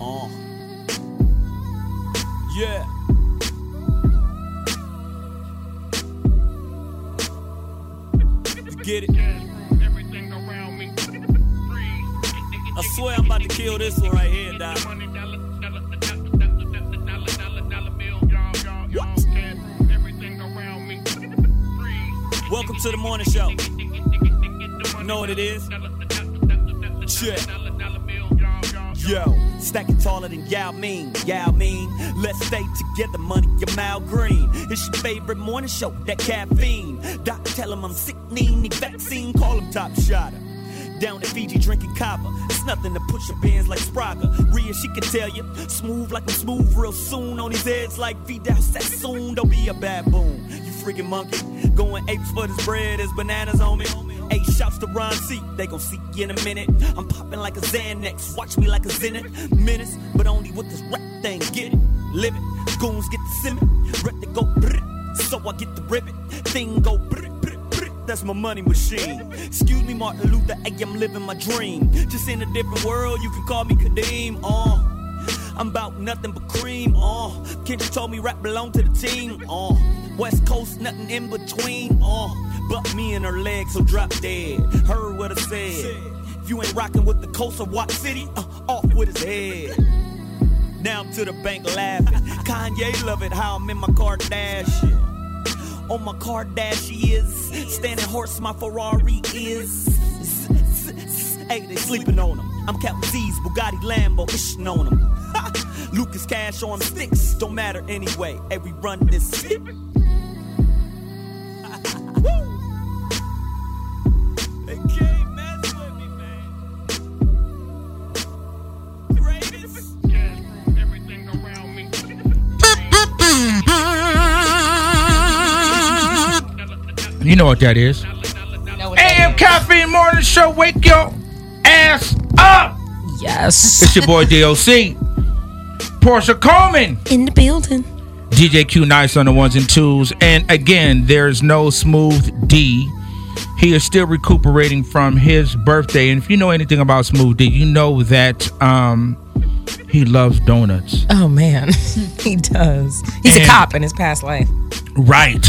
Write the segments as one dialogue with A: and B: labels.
A: Uh. Yeah. You get it? I swear I'm about to kill this one right here, Doc. Welcome to the morning show. You know what it is? Shit. Yo, stacking taller than Yao Ming, Yao Ming. Let's stay together, money, your Mal Green. It's your favorite morning show, that caffeine. Doc, tell him I'm sick, need the vaccine. Call him Top Shotter. Down in Fiji drinking copper. It's nothing to push your bands like Spraga. Rhea, she can tell you. Smooth like I'm smooth real soon. On his heads like Vidal Sassoon. Don't be a baboon. You freaking monkey. Going apes for this bread as bananas, homie. Eight shots to Ron C. They gon' see you in a minute. I'm popping like a Xanax. Watch me like a Zenit. Menace, but only with this rap thing. Get it, live it. Goons get the simmin. Rep to go brrr. So I get the ribbit. Thing go brrr, brrr, brrr. That's my money machine. Excuse me, Martin Luther. Hey, I'm living my dream. Just in a different world. You can call me Kadeem. Uh. I'm about nothing but cream, uh. Kendrick told me rap belong to the team, uh. West Coast, nothing in between, uh. But me and her legs, so drop dead. Heard what I said. If you ain't rocking with the coast of Watt City, uh, off with his head. Now I'm to the bank laughing. Kanye love it how I'm in my Kardashian. On my Kardashian, standing horse, my Ferrari is. Hey, they sleeping on him. I'm Captain Z's Bugatti Lambo, ishing on him. Ha! Lucas Cash on sticks, don't matter anyway. Hey, we run this shit. Woo! They can't mess with me, man. Greatest.
B: You know what that is.
C: AM Caffeine Morning Show, wake your ass up! It's
D: Yes.
C: your boy DOC, Portia Coleman,
D: In the building.
C: DJ Q Nice on the ones and twos. And again, there's no Smooth D. He is still recuperating from his birthday. And if you know anything about Smooth D, you know that um, he loves donuts.
D: Oh man, he does. He's
C: And-
D: a cop in his past life.
C: Right.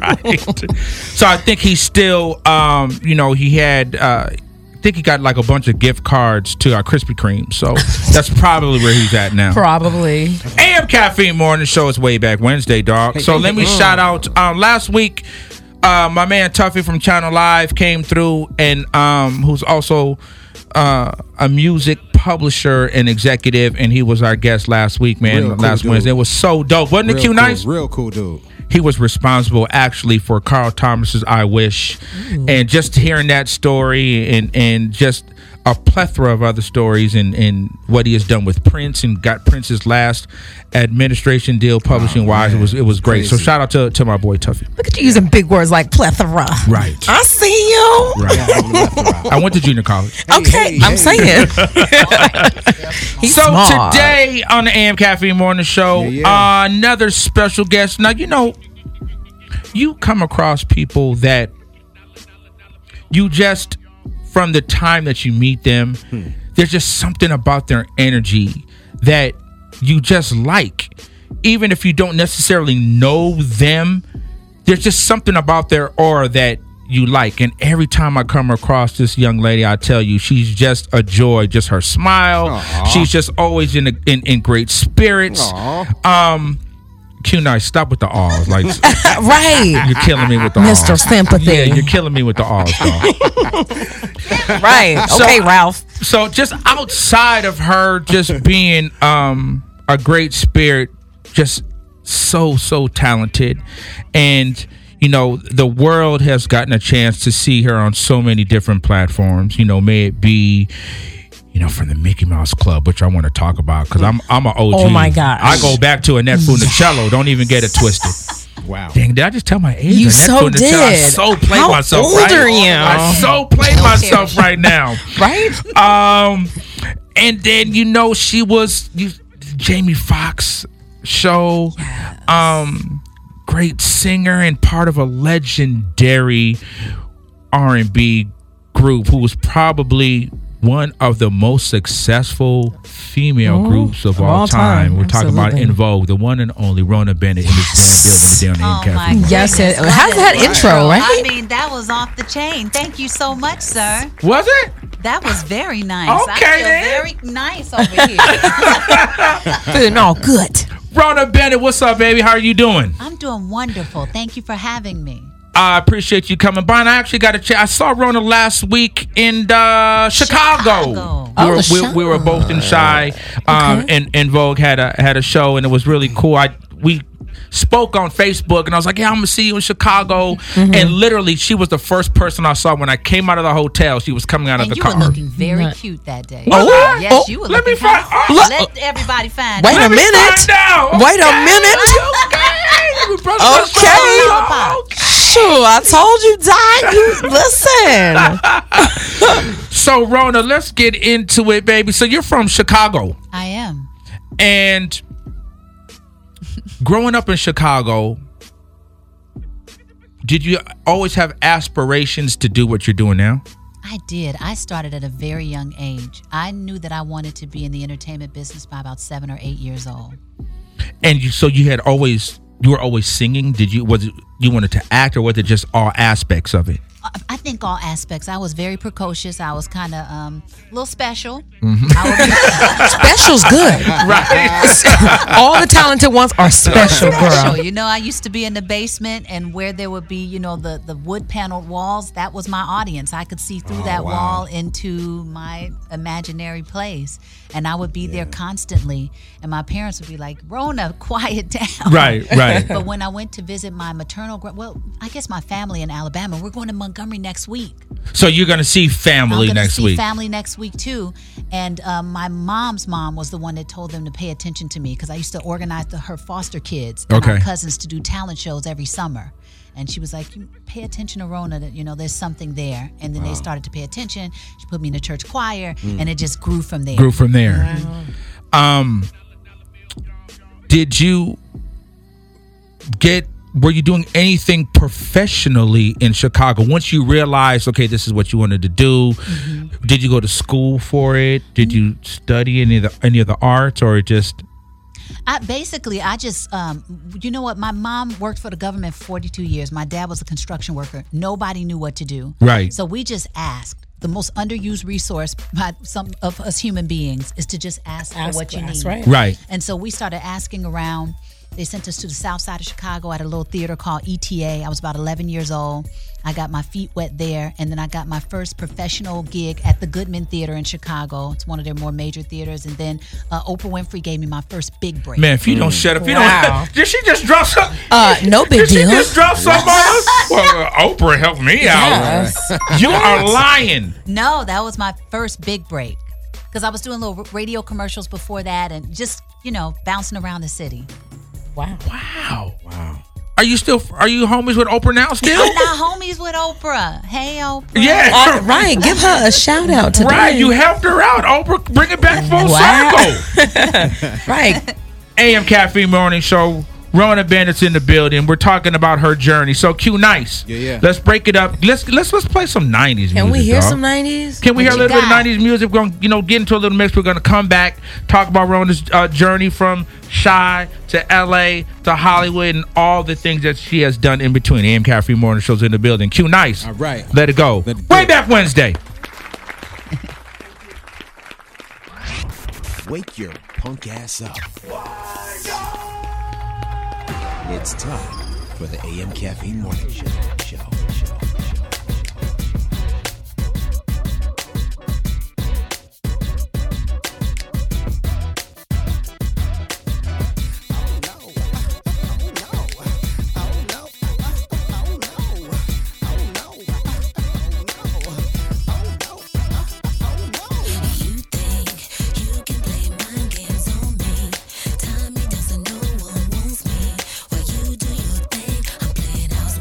C: right. So I think he's still, um, you know, he had, uh, I think he got like a bunch of gift cards to uh, Krispy Kreme. So that's probably where he's at now.
D: Probably.
C: AM Caffeine Morning Show is way back Wednesday, dog. So let me shout out. Um, last week, uh, my man Tuffy from Channel Live came through, and um, who's also uh, a music publisher and executive, and he was our guest last week, man.
E: Real cool
C: last
E: dude.
C: Wednesday, it was so dope, wasn't it?
E: Real
C: Q
E: cool-
C: nice.
E: Real cool dude.
C: He was responsible actually for Carl Thomas's "I Wish," and just hearing that story, and and just a plethora of other stories, and and what he has done with Prince, and got Prince's last administration deal publishing wise. It was it was great. So
E: Crazy.
C: shout out to to my boy Tuffy.
D: Look at you using big words like plethora.
C: Right.
D: I see you.
C: I went to junior college.
D: Okay,
E: hey,
D: I'm
E: hey.
D: saying. He's
C: So
D: smart.
C: today on the AM Caffeine Morning Show,
E: Yeah, yeah.
C: Uh, another special guest. Now you know, you come across people that you just from the time that you meet them,
E: Hmm.
C: there's just something about their energy that you just like, even if you don't necessarily know them. There's just something about their aura that you like. And every time I come across this young lady, I tell you, she's just a joy. Just her smile.
E: Aw.
C: She's just always in, a, in in great spirits.
E: Aw.
C: Um, Q Nice, stop with the awes. Like
D: right.
C: you're killing me with the
D: Mr.
C: awes.
D: Sympathy.
C: Yeah, you're killing me with the awes. dog.
D: right.
C: So-
D: okay, Ralph.
C: so just outside of her just being um a great spirit just so so talented and you know the world has gotten a chance to see her on so many different platforms you know may it be you know, from the Mickey Mouse Club, which I want to talk about because I'm I'm an OG.
D: Oh my gosh.
C: I go back to Annette Funicello. Don't even get it twisted.
F: Wow.
C: Dang, did I just tell my age?
D: You
C: on
D: so
C: that Twitter channel? I
D: did.
C: so played
D: How
C: myself.
D: old
C: right?
D: are you?
C: I so played myself right now.
D: right?
C: Um, and then you know she was you, Jamie Foxx show. Um, great singer and part of a legendary R and B group who was probably one of the most successful female groups of all,
D: all
C: time.
D: time,
C: We're talking about
D: absolutely.
C: In Vogue, the one and only Rona Bennett in this damn building down
E: Oh
C: there in
E: my
C: California.
D: Yes,
E: goodness,
D: it- how's
E: love
D: that
E: it.
D: intro,
E: Wow.
D: right?
E: I mean, that was off the chain. Thank you so much, sir.
C: Was it?
E: That was very nice.
C: Okay,
E: I feel
C: then.
E: very nice over here.
D: Feeling all good.
C: Rona Bennett, what's up, baby? How are you doing?
E: I'm doing wonderful. Thank you for having me.
C: I appreciate you coming by. And I actually got a chance. I saw Rona last week in uh, Chicago.
E: Chicago.
C: We, were,
D: Oh,
C: we- we, were both in Shy, um, and and Vogue had a had a show, and it was really cool. I we spoke on Facebook, and I was like, "Yeah, I'm gonna see you in Chicago." And literally, she was the first person I saw when I came out of the hotel. She was coming out of
E: And
C: the
E: you
C: car.
E: were looking very
D: Not-
E: cute that day.
C: Was I?
E: yes,
C: Oh,
E: you were
C: let me oh.
E: looking kinda
C: find-
E: fine.
C: Look-
E: Let everybody find
D: Wait
E: out.
D: a
C: Let me
D: minute.
C: find out.
D: Wait a
C: Okay.
D: minute.
C: Okay. We brought
D: Okay.
C: some stuff up.
D: Sure, I told you, Doc. You listen.
C: So, Rona, let's get into it, baby. So, you're from Chicago.
E: I am.
C: And growing up in Chicago, did you always have aspirations to do what you're doing now?
E: I did. I started at a very young age. I knew that I wanted to be in the entertainment business by about seven or eight years old.
C: And you, so you had always you were always singing. Did you was it, you wanted to act or was it just all aspects of it?
E: I- I think all aspects. I was very precocious. I was kind of um, a little special.
C: Mm-hmm.
E: I would be
D: Special's good. Right. all the talented ones are special,
E: special.
D: girl.
E: You know, I used to be in the basement, and where there would be, you know, the the wood paneled walls. That was my audience. I could see through that wall into my imaginary place, and I would be there constantly. And my parents would be like, "Rona, quiet down."
C: right.
E: But when I went to visit my maternal, gra- well, I guess my family in Alabama, we're going to Montgomery next week.
C: so you're gonna see
E: I'm
C: family
E: gonna
C: next
E: see
C: week.
E: Family next week too, and um, my mom's mom was the one that told them to pay attention to me because I used to organize the, her foster kids and our
C: Okay.
E: cousins to do talent shows every summer. And she was like, "You pay attention to Rona. That you know, there's something there." And then they started to pay attention. She put me in the church choir, and it just grew from there.
C: Grew from there. Um, did you get? Were you doing anything professionally in Chicago? Once you realized, okay, this is what you wanted to do, did you go to school for it? Did you study any of the any of the arts, or just
E: I basically I just um, you know what my mom worked for the government for 42 years. My dad was a construction worker. Nobody knew what to do.
C: Right.
E: So we just asked. The most underused resource by some of us human beings is to just ask, for what you need.
C: right?
E: And so we started asking around. They sent us to the south side of Chicago at a little theater called ETA. I was about 11 years old. I got my feet wet there, and then I got my first professional gig at the Goodman Theater in Chicago. It's one of their more major theaters. And then uh, Oprah Winfrey gave me my first big break.
C: Man, if you don't shut up, if you
D: Wow.
C: don't. Did she just drop some?
D: Uh, no big
C: Did she
D: deal.
C: just drop some on us? Well, uh, Oprah, help me
D: Yes.
C: out. You are lying.
E: No, that was my first big break because I was doing little r- radio commercials before that, and just you know bouncing around the city.
D: Wow.
C: Wow. Wow. Are you still? Are you homies with Oprah now? Still?
E: I'm not homies with Oprah. Hey, Oprah.
C: Yeah.
D: Uh, right. Give her a shout out today.
C: Right, you helped her out. Oprah, bring it back full
D: Wow.
C: circle.
D: Right.
C: AM Caffeine Morning Show. Rona Bennett's in the building. We're talking about her journey. So Q, nice.
F: Yeah, yeah.
C: Let's break it up. Let's let's let's play some '90s.
D: Can we
C: music,
D: hear
C: dog.
D: some 90s?
C: Can we hear a
E: you
C: little bit of
E: got?
C: '90s music? We're gonna you know get into a little mix. We're gonna come back, talk about Rona's uh, journey from shy to LA to Hollywood and all the things that she has done in between. AM Caffeine Morning Show's in the building. Q, nice.
F: All right.
C: Let it go.
F: Let it
C: Way
F: go.
C: back Wednesday.
F: Wake your punk ass up. It's time for the AM Caffeine Morning Show. show, show, show.
G: You think you can play mind games on me? Tommy doesn't know one wants me. While you do your thing,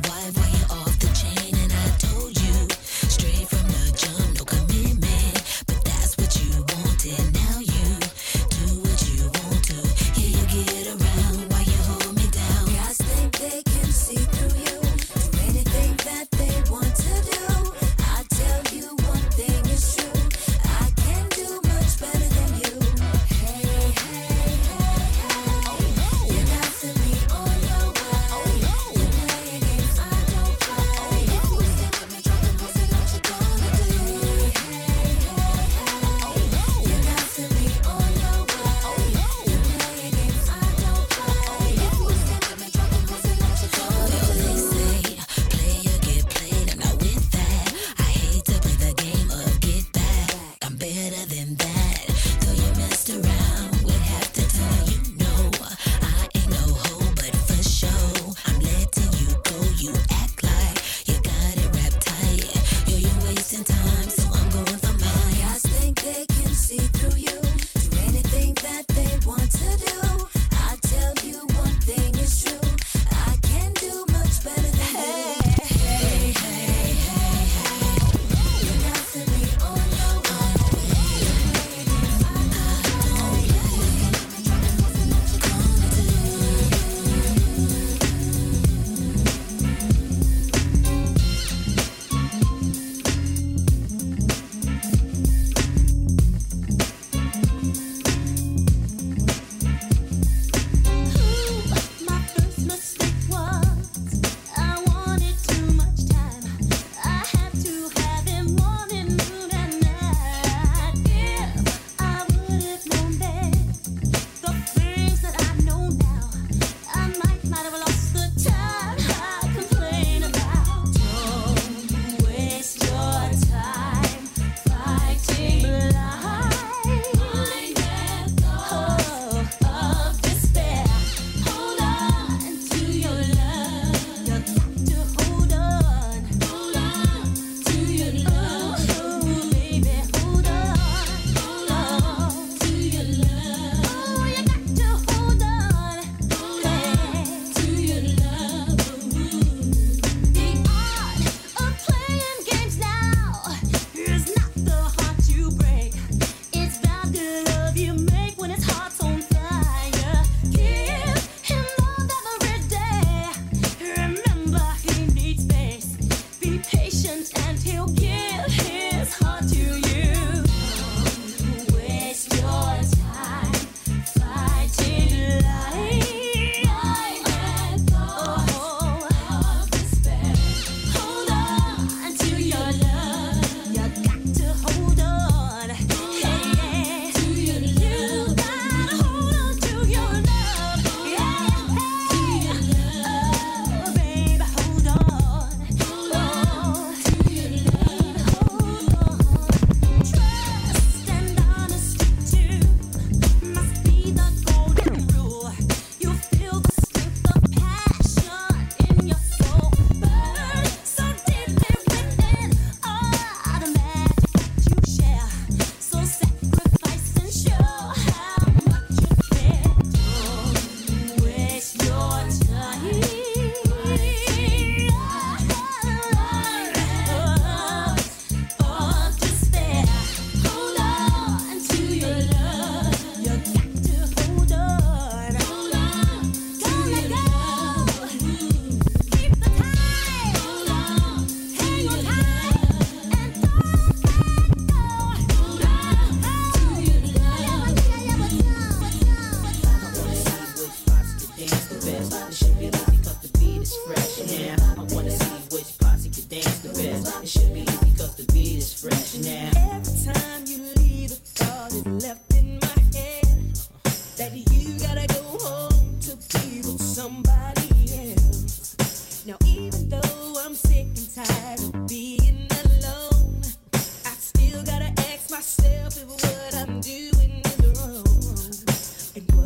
D: Mm-hmm. Oh,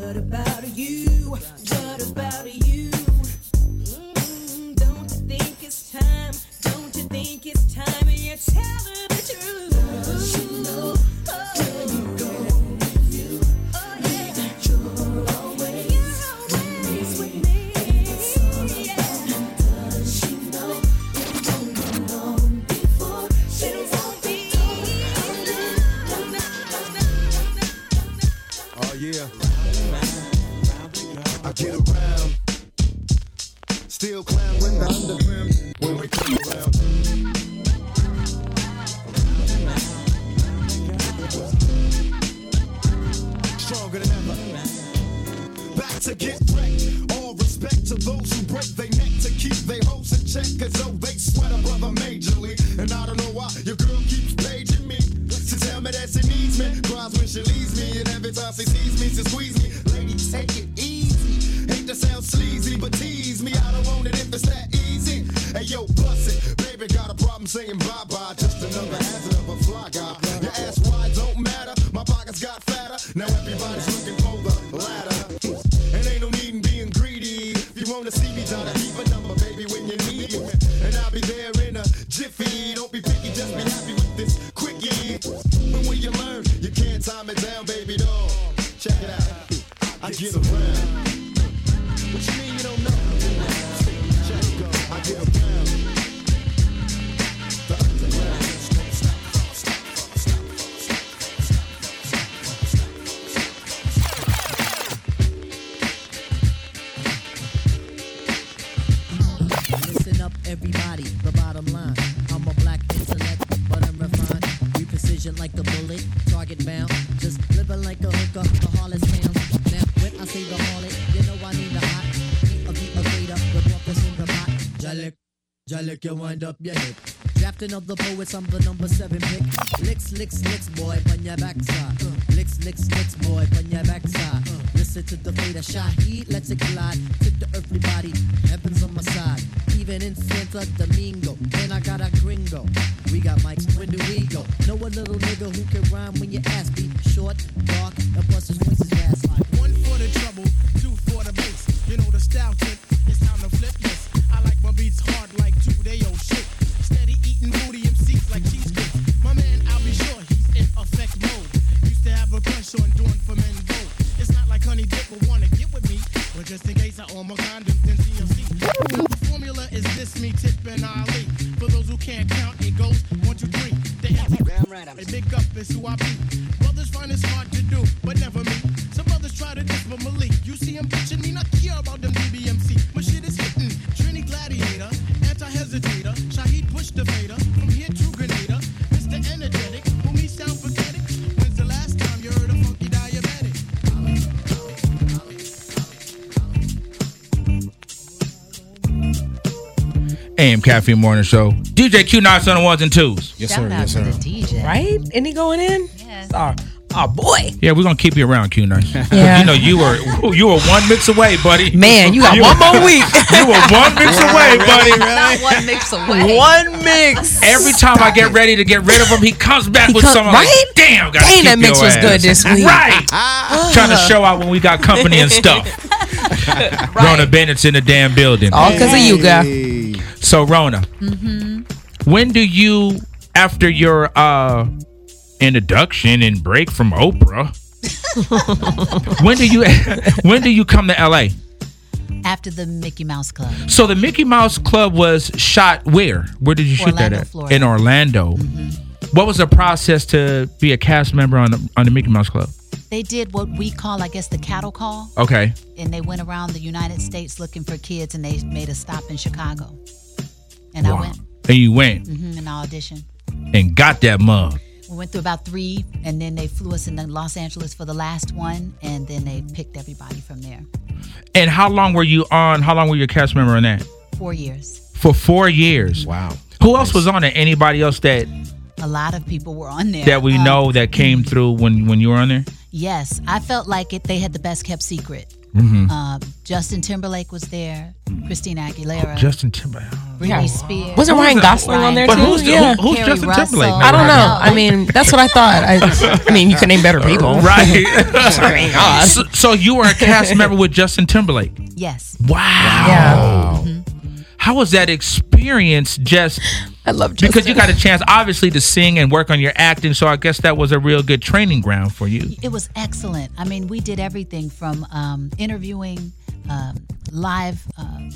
H: Still clamoring the underground when we come around. Stronger than ever. Back to get wrecked. All respect to those who break their neck to keep their hoes in check. Cause though they sweat a brother majorly. And I don't know why your girl keeps paging me. To tell me that she needs me. Cries when she leaves me. And every time she sees me, she squeeze me. Lady, take it easy. Hate to sound sleazy, but tease me. I don't want it if it's that easy. Hey yo, bust it. Baby, got a problem saying bye bye. Just another hazard of a fly guy. Your ass wide don't matter. My pockets got fatter. Now everybody's looking for the ladder. And ain't no need in being greedy. If you wanna see me, try to keep a number, baby, when you need me. And I'll be there in a jiffy. Don't be picky, just be happy with this quickie. But when you learn, you can't time it down, baby doll. Check it out. I get around. What you mean you don't know? Check it out. I get around. The underground.
I: Listen up, everybody. The bottom line. I'm a black intellect, but I'm refined. We precision like the bullet, target bound. Just living like a hooker, the harlot's town. Now, when I say the harlot, you know I need a hot. Beat a beat a fade up, the walkers in the pot. Jalik, Jalik, you wind up your hip. Drafting of the poets, I'm the number seven pick. Licks, licks, licks, boy, on your backside. Licks, licks, licks, boy, on your backside. Listen to the fate of Shaheed, let's it glide. Tip the earthly body, heaven's on my side. Even in Santa Domingo, and I got a gringo. We got mics, when do we go? Know a little nigga who can rhyme when your ass beat. Short, dark, and bust his voice is ass like.
H: One for the trouble, two for the bass. You know the style tip, it's time to flip this. I like my beats hard like two day old shit. Steady eating booty MCs like cheesecake. My man, I'll be sure he's in effect mode. Used to have a crush on doing for men go. It's not like honey dip would wanna get with me. But just in case I own my condoms, then TLC. Now the formula is this me, Tip and Ali. For those who can't count, it goes one, two, three. The empty They big up is who I be. Brothers find it's hard to do, but never me. Some brothers try to diss, but Malik, you see him bitching me, not care about them DBMC. My shit is hitting. Trini Gladiator, anti-hesitator. Shahid push the Vader, from here to Grenada. Mr. Energetic, who me sound pathetic. When's the last time you heard a funky diabetic?
C: AM Caffeine Morning Show. DJ Q9 Son ones and twos.
E: Yes, Shout out to the DJ.
D: Right? Any going in?
E: Yes.
D: Oh, oh boy.
C: Yeah, we're gonna keep you around, Q9.
D: Yeah.
C: You know you were you were one mix away, buddy.
D: Man, you got
C: You-
D: one more week.
C: You were one mix away, buddy.
E: Not one mix away.
D: one mix.
C: Every time I get ready to get rid of him, he comes back with
D: come-
C: something.
D: right?
C: Like, Damn, gotta
D: Dang,
C: keep
D: that mix
C: your
D: was
C: ass."
D: good this week.
C: Right. Trying to show out when we got company and stuff. Rona Bennett's in the damn building.
D: All because Oh, of you, girl.
C: So Rona,
D: Mm-hmm.
C: when do you, after your uh introduction and break from Oprah, when do you when do you come to LA?
E: After the Mickey Mouse Club.
C: So the Mickey Mouse Club was shot where? Where did you shoot that
E: Orlando,
C: at?
E: Florida.
C: In Orlando. What was the process to be a cast member on the, on the Mickey Mouse Club?
E: They did what we call, I guess, the cattle call,
C: Okay.
E: and they went around the United States looking for kids, and they made a stop in Chicago. And I went
C: And you went
E: mhm, and I auditioned.
C: and got that mug.
E: We went through about three, and then they flew us into Los Angeles for the last one, and then they picked everybody from there.
C: And how long were you on? How long were you a cast member on that?
E: Four years.
C: For four years.
J: Wow.
C: Who else was on it? Anybody else that
E: A lot of people were on there.
C: that we
E: Um,
C: know that came through when when you were on there?
E: Yes, I felt like it. They had the best kept secret.
C: Mm-hmm.
E: Uh, Justin Timberlake was there. Christina Aguilera.
C: Mm. Oh, Justin Timberlake.
E: Britney Spears.
D: Wasn't Ryan Gosling on there
C: But
D: too?
C: who's,
D: yeah.
C: who, who's
E: Carrie
C: Justin
E: Russell.
C: Timberlake?
D: I don't know.
E: Right.
D: I mean, that's what I thought. I, I mean, you can name better people.
C: Right.
D: I mean, God.
C: so, so you were a cast member with Justin Timberlake.
E: Yes.
C: Wow. Mm-hmm.
D: Yeah.
C: How was that experience just
D: I love Justin.
C: because you got a chance obviously to sing and work on your acting, so I guess that was a real good training ground for you.
E: It was excellent. I mean, we did everything from um, interviewing, um, live um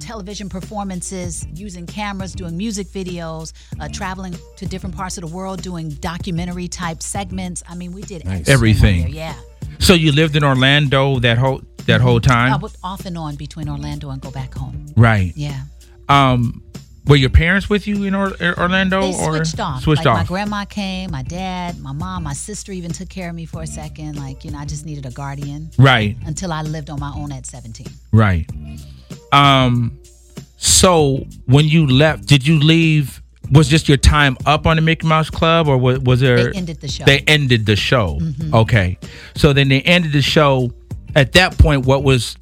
E: television performances, using cameras, doing music videos, uh, traveling to different parts of the world, doing documentary type segments. I mean, we did excellent on
C: Everything.
E: there, Yeah.
C: So you lived in Orlando that whole that whole
E: I
C: time?
E: would off and on between Orlando and go back home.
C: Right.
E: Yeah.
C: Um, were your parents with you in or- or- Orlando?
E: They
C: Oh, or
E: switched off.
C: Switched
E: like
C: off.
E: my grandma came, my dad, my mom, my sister even took care of me for a second. Like, you know, I just needed a guardian.
C: Right.
E: Until I lived on my own at 17.
C: Right. Um. So when you left, did you leave? Was just your time up on the Mickey Mouse Club, or was, was there?
E: They ended the show. Mm-hmm.
C: They ended the show. Okay. So then they ended the show. At that point, what was?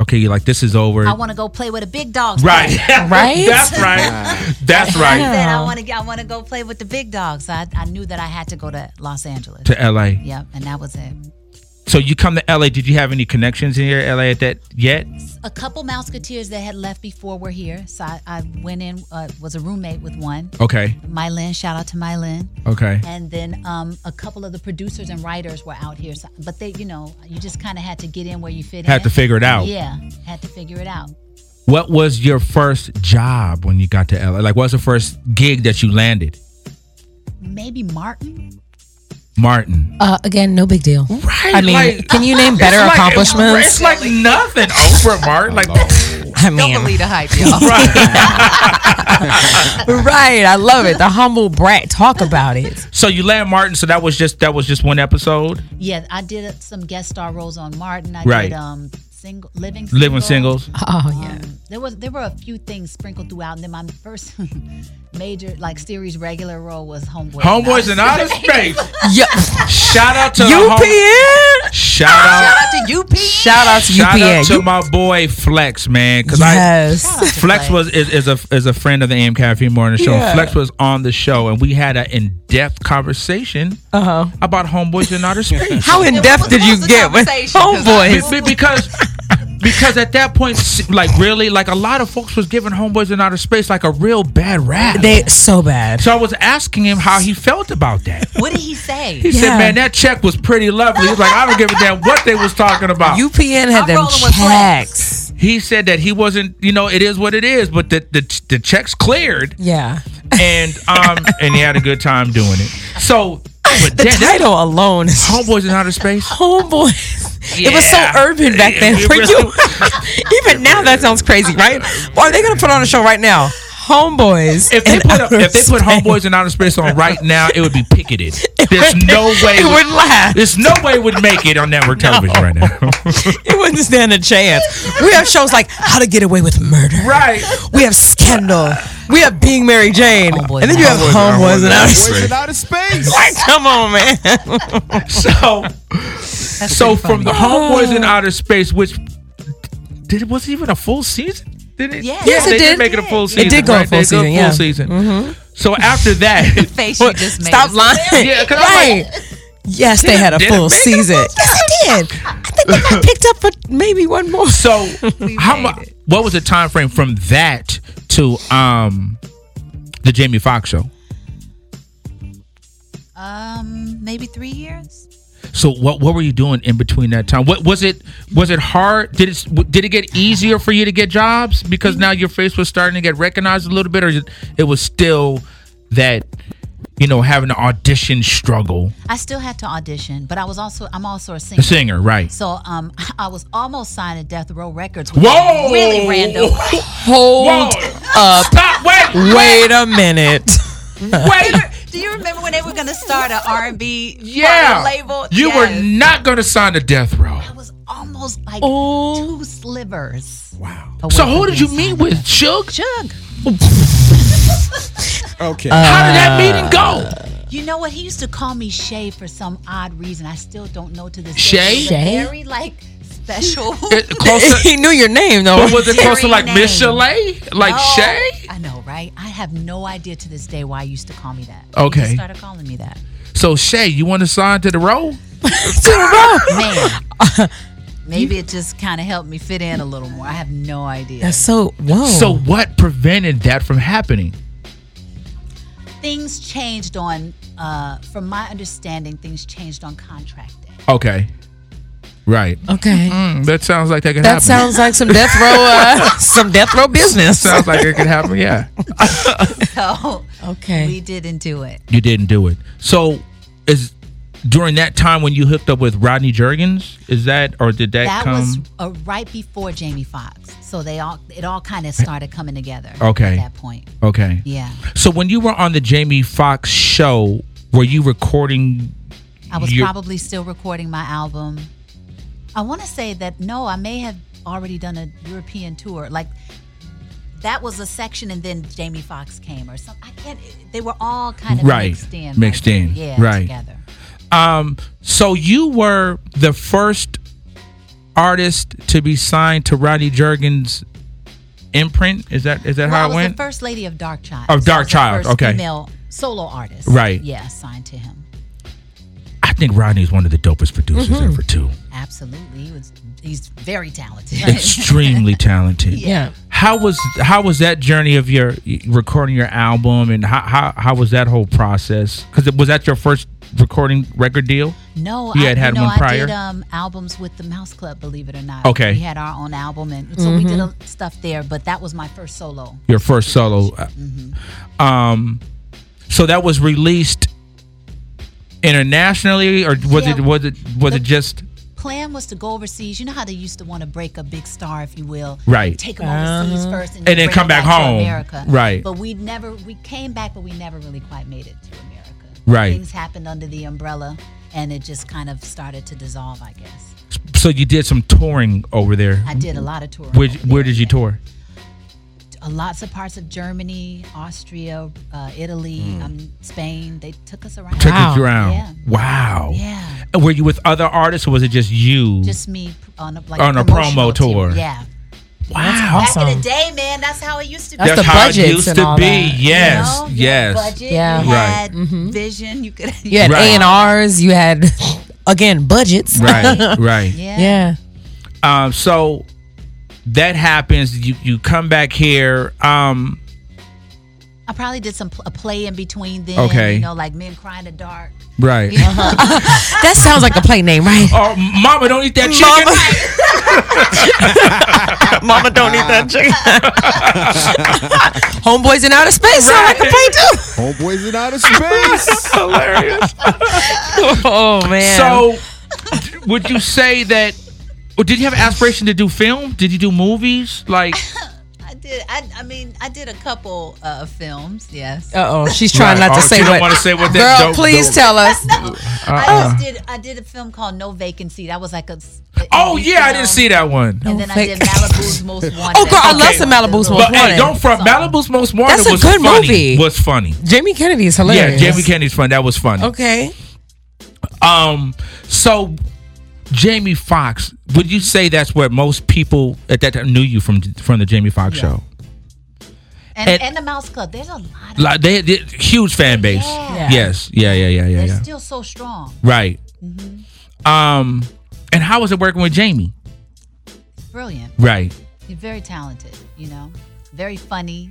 C: Okay, you're like, this is over.
E: I want to go play with the big dogs.
C: right.
D: Right?
C: That's right. That's
E: I
C: right.
E: said I want to. I want to go play with the big dogs. I, I knew that I had to go to Los Angeles.
C: To L.A.
E: Yep, and that was it.
C: So you come to L.A. Did you have any connections in here, L.A. at that yet?
E: A couple Mouseketeers that had left before were here, so I, I went in. Uh, was a roommate with one.
C: Okay.
E: Mylin, shout out to Mylin.
C: Okay.
E: And then um, a couple of the producers and writers were out here, so, but they, you know, you just kind of had to get in where you fit in.
C: Had to figure it out.
E: Yeah, had to figure it out.
C: What was your first job when you got to LA? Like, what was the first gig that you landed?
E: Maybe Martin.
C: Martin.
D: Uh, again, no big deal.
C: Right.
D: I mean, can you name better accomplishments?
C: It's like nothing over Martin. Like,
D: I mean,
E: the hype, y'all.
D: right? I love it. The humble brat. Talk about it.
C: so you land Martin. So that was just that was just one episode.
E: yeah, I did some guest star roles on Martin. I
C: Right.
E: did um, single living single.
C: Living singles.
D: Oh yeah.
E: Um, there was there were a few things sprinkled throughout, and then my first major like series regular role was Homeboy.
C: Homeboys in outer space.
D: yeah.
C: Shout out to the home-
D: UPN.
C: Shout out.
E: Shout out to UP.
D: Shout out to
C: Shout
D: UPN.
C: out to my boy Flex, man. Cause I
D: yes.
C: Flex was is, is a is a friend of the AM Caffeine Morning Show.
D: Yeah.
C: Flex was on the show, and we had an in depth conversation
D: Uh-huh.
C: about homeboys in outer space.
D: How in depth did you get Oh, with homeboys?
C: Be- be- because because at that point, s- like really, like a lot of folks was giving homeboys in outer space like a real bad rap.
D: They so bad.
C: so I was asking him how he felt about that.
E: What did he say?
C: He said,
D: Yeah.
C: "Man, that check was pretty lovely." He was like, "I don't give a damn what they was talking about."
D: UPN had
E: I'm
D: them
E: rolling with
D: checks.
C: he said that he wasn't, you know, it is what it is, but the the, the checks cleared,
D: Yeah.
C: and um, and he had a good time doing it. So, but
D: The
C: damn, that
D: title alone is
C: homeboys in outer space.
D: homeboys. It was so
C: Yeah.
D: urban back then
C: It
D: for
C: really
D: you. Even now, that sounds crazy, right? Or are they gonna put on a show right now? Homeboys.
C: If they
D: in
C: put
D: outer
C: if they put
D: space.
C: homeboys in outer space on right now, it would be picketed. There's no way.
D: it wouldn't last.
C: There's no way it would make it on network television right now.
D: It wouldn't stand a chance. We have shows like How to Get Away with Murder.
C: right.
D: We have Scandal. We have Being Mary Jane. and then you have Homeboys and Outer Space.
H: Wasted out of space.
D: Like, Come on, man.
C: So so from the homeboys in outer space, which did it was it even a full season? Did it?
E: Yes. Yes,
C: they
D: it did.
C: make it a full
D: did
C: season.
D: go a
C: right?
D: full
C: They go
D: season, yeah. Mm-hmm.
C: Full season. So after that,
E: Face you just made.
D: Stop lying.
C: Yeah, 'cause I'm
D: right. yes, they had a
C: did it
D: full
C: make it a
D: season. Yes, it did. I think they got picked up for maybe one more.
C: so how mu- what was the time frame from that to um the Jamie Foxx show?
E: Um, maybe three years.
C: So what what were you doing in between that time? What was it was it hard? Did it w- did it get easier for you to get jobs because now your face was starting to get recognized a little bit, or is it- it was still that you know having an audition struggle?
E: I still had to audition, but I was also I'm also a singer.
C: The singer, right?
E: So um, I was almost signed to Death Row Records. Which
C: Whoa!
E: is Really random.
D: Hold up.
C: Stop! Wait!
D: Wait a minute.
C: Wait!
E: Do you remember when they were gonna start an R&B
C: Yeah,
E: label?
C: you were not going to sign the death row.
E: I was almost like
D: Oh.
E: two slivers. Wow.
C: So who did you meet with, Shug?
E: Jug.
H: Okay.
C: How did that meeting go?
E: You know what? He used to call me Shay for some odd reason. I still don't know to this day.
C: Shay?
E: He's a
D: Shay?
E: Very like special.
C: It, closer,
D: he knew your name though.
C: Oh, but Oh, was it close to like
E: Very
C: Miss Chalet? Like
E: Oh,
C: Shay?
E: I know, right? I have no idea to this day why he used to call me that.
C: Okay.
E: He started calling me that.
C: So Shay, you want to sign to the row?
E: Man. Maybe it just kind of helped me fit in a little more. I have no idea.
D: That's so whoa.
C: So what prevented that from happening?
E: things changed on, uh, from my understanding, things changed on contract day.
C: Okay. Right.
D: okay.
C: Mm, that sounds like that could
D: That
C: happen.
D: sounds like some death row, uh, some death row business.
C: sounds like it could happen. Yeah.
E: So
D: Okay.
E: we didn't do it.
C: You didn't do it. So is during that time when you hooked up with Rodney Jergens? Is that or did that,
E: That
C: come?
E: was uh, right before Jamie Foxx, so they all it all kind of started coming together.
C: Okay.
E: at that point,
C: okay.
E: yeah,
C: So when you were on the Jamie Foxx show, were you recording?
E: I was
C: your-
E: probably still recording my album. I want to say that no, I may have already done a European tour. Like that was a section, and then Jamie Foxx came or something. I can't. They were all kind of
C: Right.
E: mixed in,
C: Mixed
E: right
C: in.
E: there. yeah,
C: Right.
E: together.
C: Um, so you were the first artist to be signed to Rodney Jergens imprint. Is that is that
E: Well, I
C: how it
E: was
C: went?
E: the first lady of Dark Child.
C: Of
E: so I
C: Dark
E: was the
C: Child,
E: first
C: okay.
E: female solo artist,
C: Right.
E: Yeah, signed to him.
C: I think Rodney's one of the dopest producers
E: Mhm.
C: ever too.
E: Absolutely, he was. He's very talented.
C: Extremely talented.
E: Yeah.
C: How was how was that journey of your recording your album and how how, how was that whole process? Because was that your first recording record deal?
E: No,
C: you
E: I,
C: had had
E: no,
C: one prior.
E: I did um, albums with the Mouse Club, believe it or not.
C: Okay.
E: we had our own album, and so we did uh, stuff there. But that was my first solo.
C: your first solo.
E: Mm-hmm.
C: Um, so that was released internationally, or was it
E: Yeah.
C: was it was
E: The-
C: it just
E: Plan was to go overseas. You know how they used to want to break a big star, if you will,
C: Right.
E: Take them overseas
C: Uh-huh.
E: first, and,
C: And then
E: bring
C: come
E: 'em
C: back
E: to
C: home.
E: America.
C: Right.
E: But we never we came back, but we never really quite made it to America.
C: Right.
E: Things happened under the umbrella, and it just kind of started to dissolve. I guess
C: so you did some touring over there?
E: I did a lot of touring
C: Which,
E: over
C: where did Mm-hmm. you tour?
E: Uh, lots of parts of Germany, Austria, uh, Italy, um, Spain. They took us around.
C: Hmm. Took you around.
E: Yeah.
C: Wow.
E: Yeah.
C: And Were you with other artists, or was it just you?
E: Just me on a, like
C: On a
E: promotional
C: promo
E: team.
C: tour.
E: Yeah.
C: wow.
E: Back in the day, man, that's how it used to
C: That's
E: be.
C: how it used to be. Yes.
E: You know,
C: yes.
E: Budget,
D: Yeah. Mm-hmm.
E: You
C: Right.
E: had vision. You could.
D: You had A
C: Right.
D: and R's. You had again budgets.
C: Right, right.
D: Yeah.
C: Um, so that happens. You you come back here. Um,
E: I probably did some pl- a play in between then.
C: Okay.
E: You know, like men cry in the dark.
C: right.
D: that sounds like a play name, right?
C: Oh, Mama, don't eat that chicken.
D: Mama don't eat that chicken. Homeboys in outer space. Sound like a play too.
K: Homeboys in outer space.
C: Hilarious.
D: Oh man.
C: So, d- would you say that? Or did you have aspiration to do film? Did you do movies? Like,
E: I did. I, I mean, I did a couple uh, films. Yes.
D: Uh oh, she's trying
C: Right.
D: not to
C: Oh,
D: say
C: she don't
D: what.
C: wanna say what
D: Girl,
C: that- don't-
D: please
C: don't-
D: tell us.
C: Uh,
E: I just did. I did a film called No Vacancy. That was like a. s- a
C: oh
E: indie
C: yeah, I
E: film.
C: didn't see that one.
E: And then I did Malibu's Most Wanted.
D: Oh, girl, I love
C: Okay.
D: some Malibu's Most
C: But hey,
D: Wanted.
C: don't front. Malibu's Most Wanted
D: That's a
C: was
D: good
C: funny.
D: movie.
C: Was funny.
D: Jamie Kennedy is hilarious.
C: Yeah, Jamie Kennedy's funny. That was funny.
D: Okay.
C: Um, so Jamie Foxx, would you say that's where most people at that time knew you from from the Jamie Foxx show?
E: and,
C: and-
E: and, the Mouse Club. There's a lot. Of,
C: Like they, they huge fan base.
E: Yeah.
C: Yes. Yeah. Yeah. Yeah. Yeah.
E: they're
C: Yeah.
E: still so strong.
C: Right. Um, and how was it working with Jamie?
E: Brilliant.
C: Right.
E: He's very talented. You know, very funny.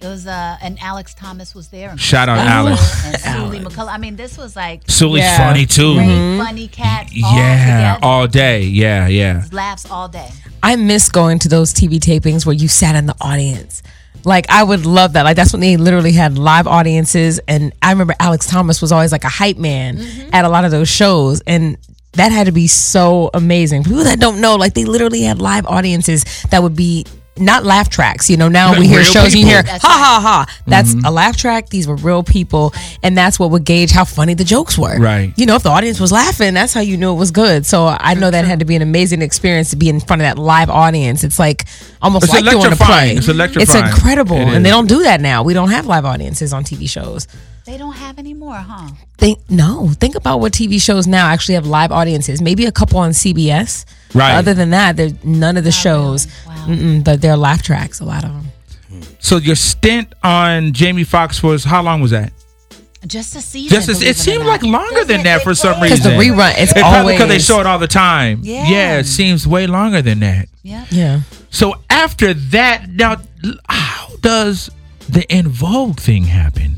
E: It was uh, and Alex Thomas was there. And
C: Shout out
E: Chris
C: Alex.
E: Tucker And Sully McCullough. I mean, this was like
C: Sully's
D: Yeah.
C: funny too. Mm-hmm.
E: great, funny cats.
C: Yeah,
E: all
C: all day. Yeah, yeah.
E: together. laughs all day.
D: I miss going to those TV tapings where you sat in the audience. Like I would love that. Like that's when they literally had live audiences, and I remember Alex Thomas was always like a hype man at a lot of those shows, and that had to be so amazing. For people that don't know, like they literally had live audiences that would be not laugh tracks. You know, now
C: Like
D: we hear
C: real
D: shows, you
C: people.
D: hear ha
E: That's
D: ha ha. That's
C: Mm-hmm.
D: a laugh track. These were real people, and that's what would gauge how funny the jokes were.
C: Right.
D: You know, if the audience was laughing, that's how you knew it was good. So I know that had to be an amazing experience to be in front of that live audience. It's like almost
C: It's
D: like doing a play.
C: electrifying. It's electrifying.
D: It's incredible,
C: It
D: and they
C: is.
D: don't do that now. We don't have live audiences on TV shows.
E: They don't have any more, huh?
D: Think no. Think about what TV shows now actually have live audiences. Maybe a couple on CBS.
C: Right.
D: Other than that, there none of the shows.
E: Wow.
D: Mm-mm, but they're laugh tracks. A lot of them.
C: So your stint on Jamie Foxx was how long was that?
E: Just a season.
C: Just
E: believe
C: it,
E: it or
C: seemed
E: not.
C: like longer than
E: Doesn't
C: that
E: it
C: for some
E: was?
D: Because the
C: reason.
D: rerun, it's
C: It's probably
D: always
C: because they show it all the time.
E: Yeah.
C: it seems way longer than that.
E: Yeah.
D: Yeah.
C: So after that, now l- how does the In Vogue thing happen?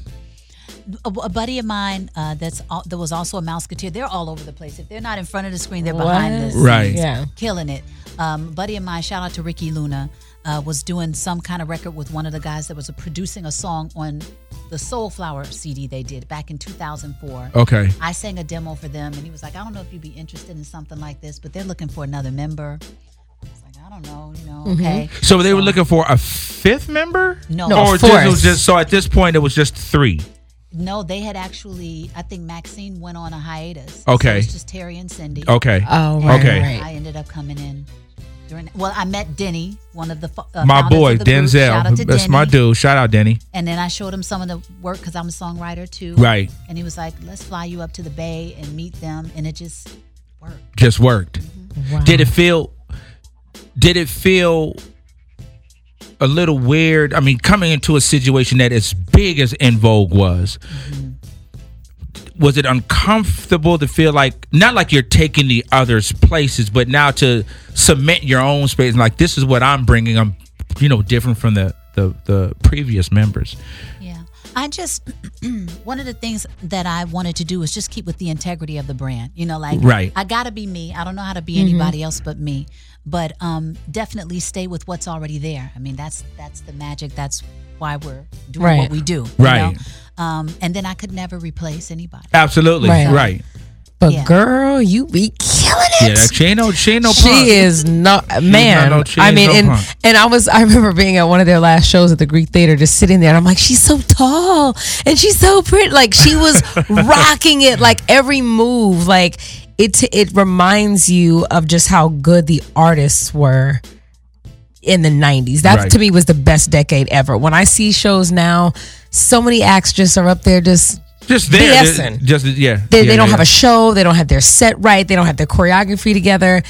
E: a, a buddy of mine uh, that's all, that was also a Mouseketeer. They're all over the place. If they're not in front of the screen, they're behind
D: What?
E: us,
C: Right.
D: Yeah.
E: killing it. Um, a buddy of mine, shout out to Ricky Luna, uh, was doing some kind of record with one of the guys that was producing a song on the Soulflower CD they did back in 2004.
C: Okay.
E: I sang a demo for them, and he was like, I don't know if you'd be interested in something like this, but they're looking for another member. I was like, I don't know, you know,
C: Mm-hmm.
E: okay.
C: So they were looking for a fifth member?
E: No. No,
C: or
E: a
C: just, it
E: fourth.
C: was just so at this point it was just three.
E: No, they had actually. I think Maxine went on a hiatus.
C: Okay.
E: so it's just Terry and Cindy.
C: Okay. Oh, right,
E: And
C: right.
E: I ended up coming in. During, well, I met Denny, one of the fo- uh,
C: my
E: founders
C: boy,
E: of the group.
C: Denzel.
E: Shout out to
C: That's my
E: Denny.
C: dude. Shout out Denny.
E: And then I showed him some of the work because I'm a songwriter too.
C: Right.
E: And he was like, "Let's fly you up to the Bay and meet them," and it just worked.
C: Just worked.
E: Mm-hmm.
C: Did it feel did it feel a little weird? I mean, coming into a situation that as big as In Vogue was,
E: Mm-hmm.
C: was it uncomfortable to feel like not like you're taking the others' places, but now to cement your own space? Like this is what I'm bringing. I'm, you know, different from the the, the previous members.
E: Yeah. I just one of the things that I wanted to do was just keep with the integrity of the brand. You know, like
C: Right.
E: I gotta be me. I don't know how to be
D: Mm-hmm.
L: Mhm.
E: anybody else but me. But um, definitely stay with what's already there. I mean, that's that's the magic. That's why we're doing
L: Right.
E: what we do. you
C: Right.
E: know? Um, and then I could never replace anybody.
C: Absolutely,
D: Right.
C: right.
D: But girl, you be killing it.
C: Yeah, she ain't no, she ain't no.
D: she
C: punk.
D: is not man.
C: not no- she
D: I
C: ain't
D: mean,
C: no
D: and
C: punk.
D: and I was I remember being at one of their last shows at the Greek Theater, just sitting there, and I'm like, she's so tall and she's so pretty. Like she was rocking it, like every move, like it it reminds you of just how good the artists were in the 90s. That
L: Right.
D: to me was the best decade ever. When I see shows now, so many acts just are up there just
C: just there.
D: BSing.
C: Just yeah.
D: They,
C: Yeah,
D: they don't
C: yeah.
D: have a show. They don't have their set right. They don't have their choreography together.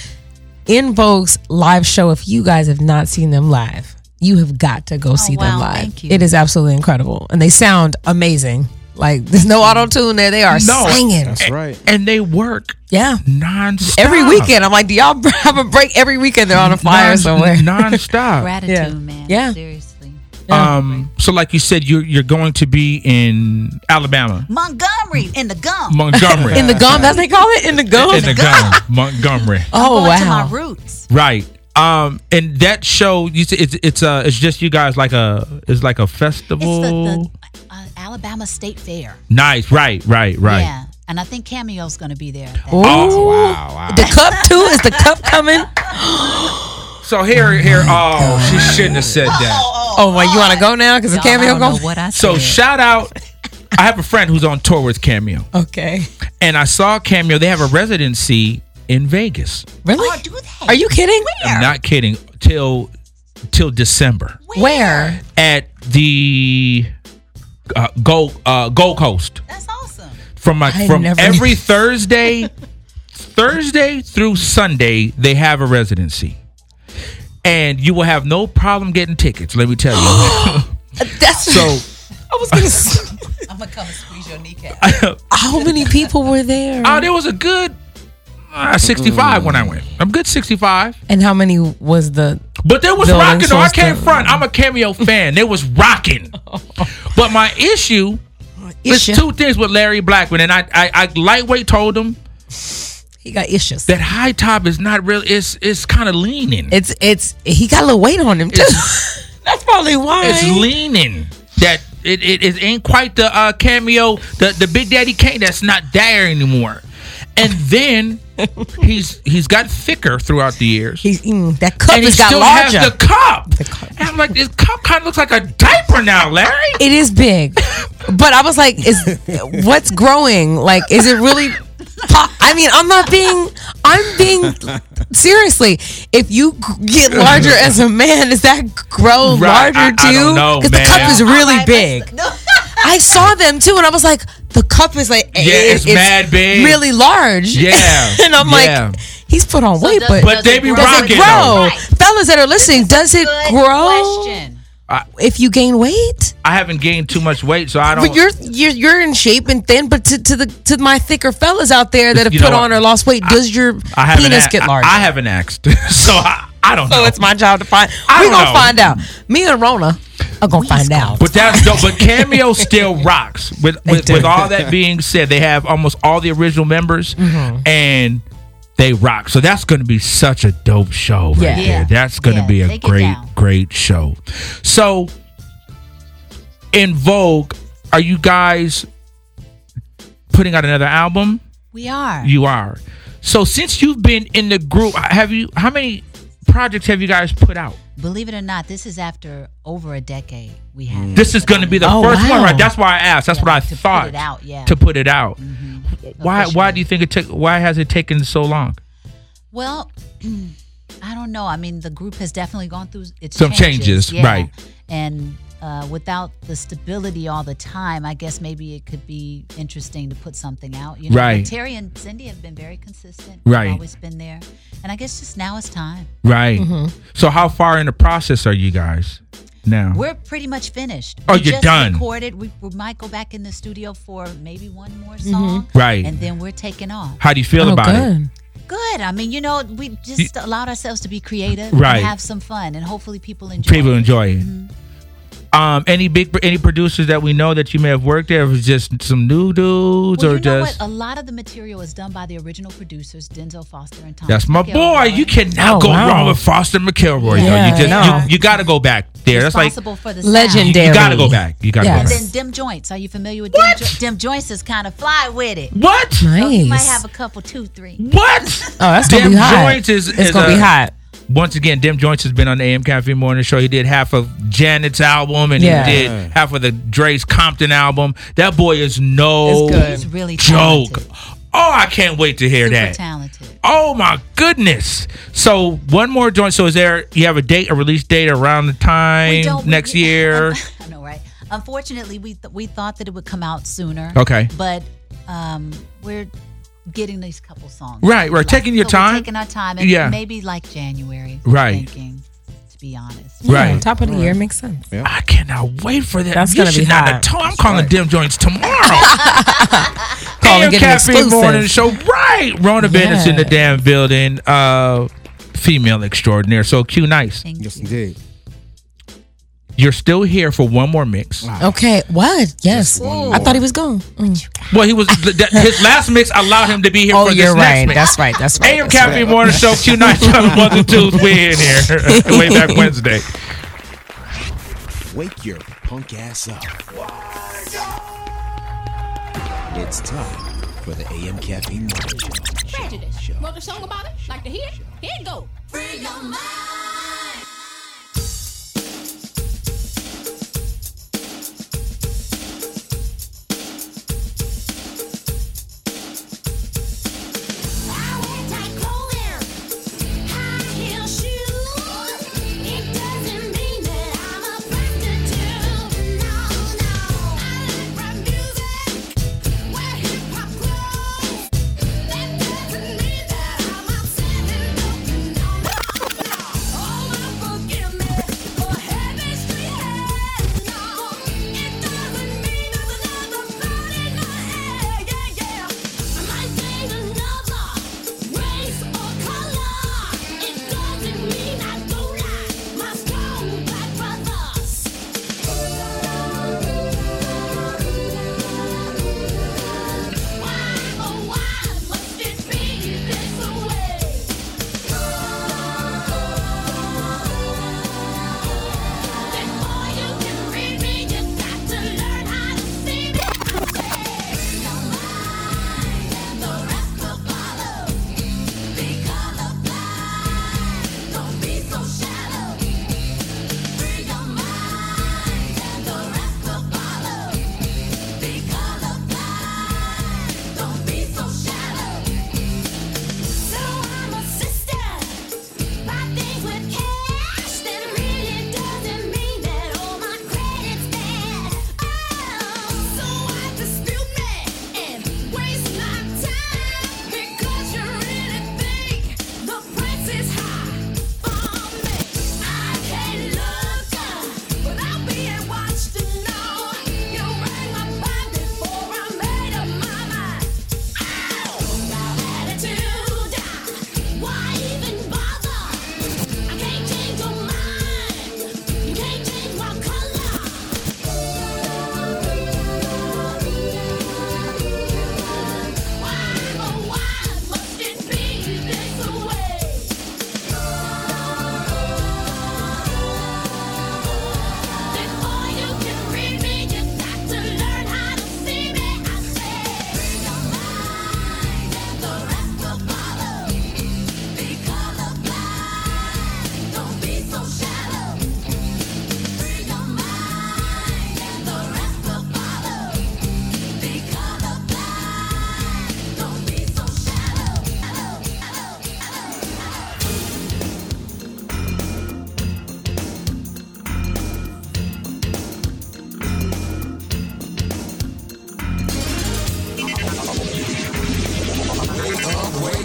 D: In Vogue's live show, if you guys have not seen them live, you have got to
C: Oh,
D: go see them live. It is absolutely incredible. And they sound amazing. Like, there's no auto tune there. They are singing.
C: A- And they work.
D: Yeah.
C: Nonstop.
D: Every weekend, I'm like, do y'all have a break? Every weekend, they're on a flyer
C: Non-
D: somewhere.
C: nonstop.
E: Gratitude,
D: Yeah.
E: man.
D: Yeah.
E: Seriously.
C: Um. So, like you said, you're you're going to be in Alabama,
E: Montgomery in the gum.
C: Montgomery.
D: In the gum, that's what they call it? In the gum?
C: in the gum, Montgomery.
D: Oh,
E: Going to
D: wow.
E: my roots.
C: Right. Um. And that show, you said it's it's uh it's just you guys like a it's like a festival.
E: It's the, the uh, Alabama State Fair.
C: nice. Right. Right. Right.
E: Yeah. And I think Cameo's going to be there. That-
C: Oh wow. wow.
D: The cup, too? Is the cup coming?
C: So here, here. Oh, she shouldn't have said that.
D: Oh, well, you want to go now? Because the
C: Y'all,
D: cameo
C: I don't know
D: going?
C: what So shout out. I have a friend who's on tour with Cameo,
D: Okay.
C: and I saw Cameo. They have a residency in Vegas.
D: Really?
E: Oh,
D: Are you kidding?
C: I'm not kidding. Till till December
D: Where?
C: at the uh, Gold uh, Gold Coast. That's awesome. From my
D: I
C: from
D: never-
C: every Thursday, Thursday through Sunday, they have a residency, and you will have no problem getting tickets. Let me tell you.
D: That's
C: so.
D: I was gonna. s-
E: I'm going to come and squeeze your kneecap.
D: How many people were there?
C: Oh, there was a good uh, 65 when I went. I'm good 65.
D: And how many was the?
C: But there was
D: building
C: rocking. though. I
D: source
C: can't
D: to-
C: front. I'm a cameo fan. There was rocking. But my issue is two things with Larry Blackman, and I, I, I lightweight told him
D: he got issues.
C: That high top is not real. It's it's kind of leaning.
D: It's it's he got a little weight on him too. That's probably why.
C: It's leaning. That it, it, it ain't quite the uh, cameo, the the Big Daddy Kane that's not there anymore. And then he's he's got thicker throughout the years.
D: He's mm, that cup
C: and
D: has
C: he
D: got
C: still
D: larger.
C: Has the cup. And I'm like, this cup kind of looks like a diaper now, Larry.
D: it is big, but I was like, is what's growing? Like, is it really? po- I mean, I'm not being. I'm being seriously. If you g- get larger as a man, does that grow
C: Right,
D: larger
C: I- I
D: too?
C: don't know,
D: the cup
C: man.
D: is really big. I saw them too, and I was like, the cup is like
C: Yeah,
D: it-
C: it's mad big.
D: really large.
C: Yeah,
D: and I'm
C: yeah.
D: like, he's put on weight,
C: does-
D: but
C: But does they it be grow?
D: Does
C: rocking,
D: it
C: though.
D: grow? Fellas that are listening, does it grow
C: I,
D: if you gain weight?
C: I haven't gained too much weight, so I don't.
D: But you're you're you're in shape and thin, but to, to the to my thicker fellas out there that have
C: You
D: put
C: know
D: on
C: what?
D: or lost weight, does your
C: I haven't
D: penis
C: a-
D: get
C: I-
D: larger?
C: I, haven't asked, so I, I don't know.
D: so it's my job to find.
C: I
D: We're
C: don't
D: gonna
C: know.
D: find out. Me and Rona are gonna find out.
C: But that's dope. But cameo still rocks. With with,
D: do.
C: with all that being said, they have almost all the original members,
D: Mm-hmm.
C: and they rock. So that's going to be such a dope show. Right
D: Yeah.
C: there.
D: Yeah.
C: That's going to
D: Yeah,
C: be
D: they
C: a
D: get
C: great
D: down.
C: great show. So in Vogue, are you guys putting out another album?
E: We are.
C: You are. So since you've been in the group, have you? How many projects have you guys put out?
E: Believe it or not, this is after over a decade we have.
C: This is going to be the
E: Oh,
C: first one,
E: wow.
C: right? That's why I asked. That's
E: Yeah,
C: what I
E: to put
C: thought.
E: it out, yeah. Mm-hmm.
C: To put it out. Why? Why
E: Officially.
C: do you think it took? Why has it taken so long?
E: Well, I don't know. I mean, the group has definitely gone through its
C: Some changes,
E: yeah.
C: right.
E: And uh, without the stability all the time, I guess maybe it could be interesting to put something out. You know,
C: Right.
E: Terry and Cindy have been very consistent.
C: Right.
E: They've always been there, and I guess just now it's time.
C: Right.
E: Mm-hmm.
C: So how far in the process are you guys now?
E: We're pretty much finished.
C: Oh,
E: we
C: you're
E: just
C: done.
E: Recorded. We, we might go back in the studio for maybe one more song.
C: Mm-hmm. Right.
E: And then we're taking off.
C: How do you
D: Oh,
C: feel about it?
E: Oh, Good. I mean, you know, we just allowed ourselves to be creative
C: Right.
E: and have some fun, and hopefully people enjoy.
C: People
E: it.
C: enjoy it.
E: Mm-hmm.
C: Um, any big any producers that we know that you may have worked there? If it's just some new dudes
E: Well,
C: or
E: you know
C: just
E: what? A lot of the material is done by the original producers, Denzel Foster and Tom.
C: that's my boy.
E: McElroy.
C: You cannot
E: Oh,
C: go
E: wow.
C: wrong with Foster McElroy. though.
E: Yeah,
C: you just
E: no.
C: you, you got to go back there. That's like
E: Responsible for the
C: You, you got to go back. You got to
E: And
C: go
E: then
C: back.
E: Dim Joints. Are you familiar with Dim, jo- Dim Joints? Is kind of fly with it.
C: What?
E: So you might
C: Nice.
E: have a couple, two, three.
C: What? Oh,
D: that's gonna
C: Dim
D: be hot.
C: Joints is,
D: It's
C: is
D: gonna
C: a-
D: be hot.
C: Once again, Dim Joints has been on the AM Caffeine Morning Show. He did half of Janet's album and
D: Yeah.
C: he did half of the Dre's Compton album. That boy is no
E: It's good. He's really
C: joke. Oh, I can't wait to hear
E: Super
C: that.
E: talented.
C: Oh my goodness! So one more joint. So is there? You have a date, a release date around the
E: We
C: time
E: don't- we-
C: next year?
E: I know, right? Unfortunately, we th- we thought that it would come out sooner.
C: Okay.
E: But um, we're getting these couple songs.
C: Right, we're taking your
E: So we're
C: time.
E: taking our time, and
C: Yeah.
E: maybe like January. we're
C: Right.
E: Thinking, to be honest.
C: Right. Yeah,
D: top of the year makes sense.
C: I cannot wait for that.
D: That's
C: You
D: gonna be
C: should not
D: hot.
C: have told- I'm calling Dim Joints tomorrow.
D: Call and
C: Damn
D: get an
C: Caffeine
D: exclusive.
C: Morning Show. Right. Rona
D: Yeah.
C: Bennett's in the damn building. Uh female extraordinaire. So Q nice.
K: Yes, indeed.
C: You're still here for one more mix.
D: Okay, what? Yes. I thought he was gone. Mm.
C: Well, he was th- th- his last mix allowed him to be here
D: Oh,
C: for
D: you're
C: this
D: right.
C: next mix.
D: That's right. That's right.
C: AM
D: That's
C: Caffeine
D: right.
C: Morning Show Q nice on Mother Tunes. We in here. Way back Wednesday.
F: Wake your punk ass up. It's time for the AM Caffeine Morning Show.
L: Prejudice. Wrote a song about it. Like to hear? it? Here it go. Free your mind.
F: oh,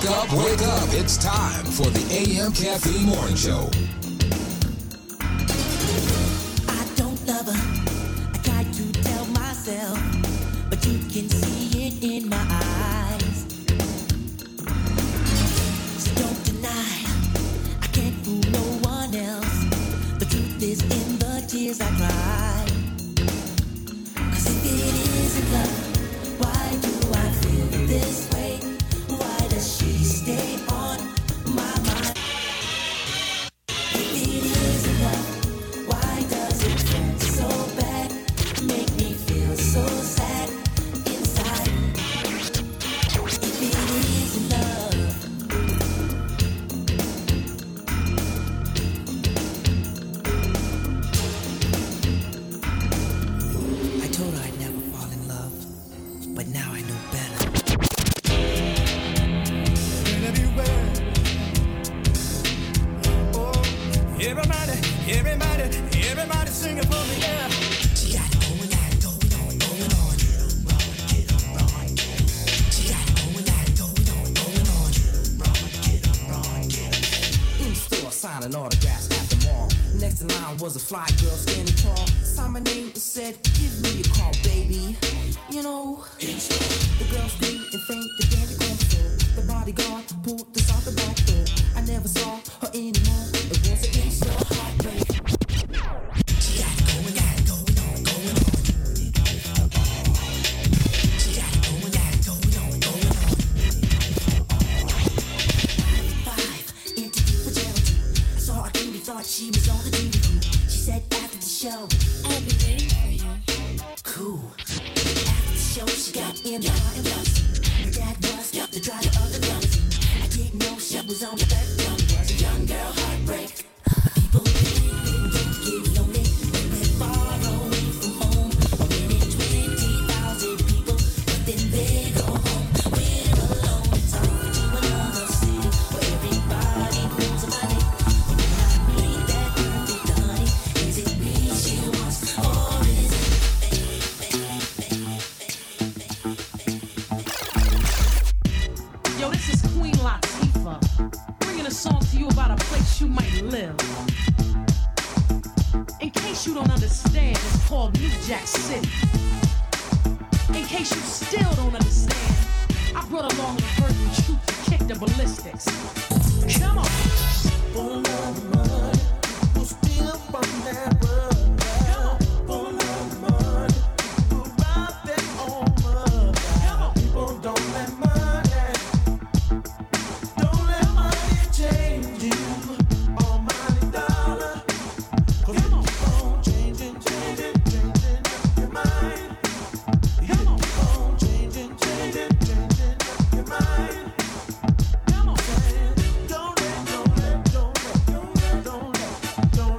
F: up, wake up. It's time for the AM Caffeine Morning Show.
G: I don't love her. I tried to tell myself, but you can see it in my eyes. So don't deny, I can't fool no one else. The truth is in the tears I cry. 'Cause if it isn't love, why do I feel this way? Why does she stay on my mind? If it isn't love. Why does it hurt so bad? Make me feel so sad inside. If it isn't love,
M: I told her I'd never fall in love, but now I know better.
N: Everybody, everybody, everybody singing for me, yeah. She got it going, got it going on, going on. Get up, run, get up. She got it going, got it going on, going on. Run, get up, run, get up. In store, signing autographs at the mall. Next in line was a fly girl, skinny tall. Signed my name and said, "Give me a call, baby." You know, the girl screamed and fainted, the daddy called the phone. The bodyguard pulled this out the back door. I never saw her anymore. It was an instant heartbreak. She got it going, got it going on, going on. She got it going, got it going on, going on.
G: five interview with Geraldine. I saw her TV, thought she was on the TV. She said after the show, I'll be waiting for you. Cool. After the show, she got in the car and lost. Her dad was the driver of the bus. I didn't know she was on the third floor. Was a young girl heartbreak.
O: Yo, this is Queen Latifah bringing a song to you about a place you might live. In case you don't understand, it's called New Jack City. In case you still don't understand, I brought along the Virgin troop to kick the ballistics. Come on.
N: Don't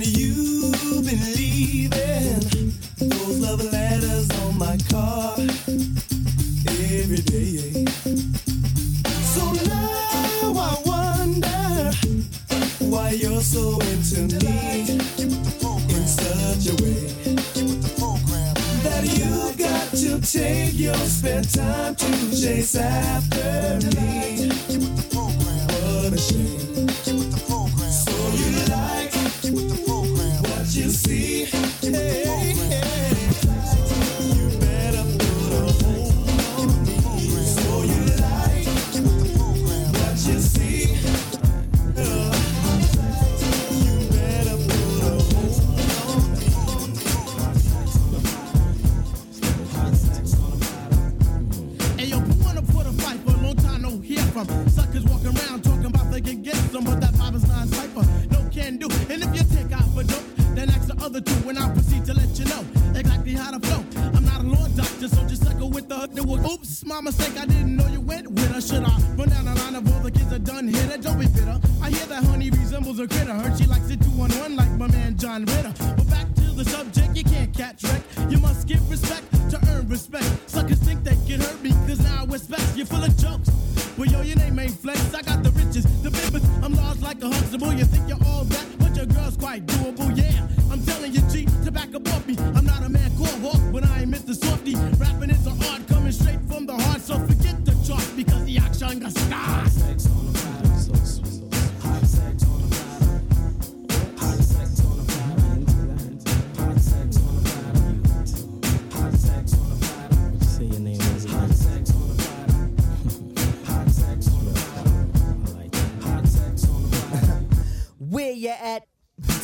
N: you've been leaving those love letters on my car every day. So now I wonder why you're so into me in such a way that you got to take your spare time to chase after me. What a shame. So you like what you see. Hey, hey. You better put a hold on me. So you like what you see. Uh, You better put a hold on me.
P: Hey yo, who wanna put a fight for a long time no hear from? Suckers walking around talking about they can get some, but that vibe is not cypher. No can do. And if you take out for dope, then ask the other two, and I'll proceed to let you know exactly how to flow. I'm not a law doctor, so just suckle with the hook. that was- Oops, my mistake, I didn't know you went with her. Should I run down the line of all the kids that done hit her? Don't be bitter. I hear that honey resembles a critter. Heard she likes it two on one like my man John Ritter. But back to the subject, you can't catch wreck. You must give respect to earn respect. Suckers think they can hurt me, cause now I respect. You're full of jokes. Well, yo, your name ain't flex. I got the riches, the bibbers. I'm large like a Huxtable. You think you're all that, but your girl's quite doable, yeah. I'm telling you, G, to back up off me. I'm not a man called Hawk, but I ain't Mr. Softy. Rapping is an art coming straight from the heart, so forget the chart, because the action got stars.
Q: Say your name was Hot sex on the Hot sex on the I like that. Hot sex on the
P: Where ya at?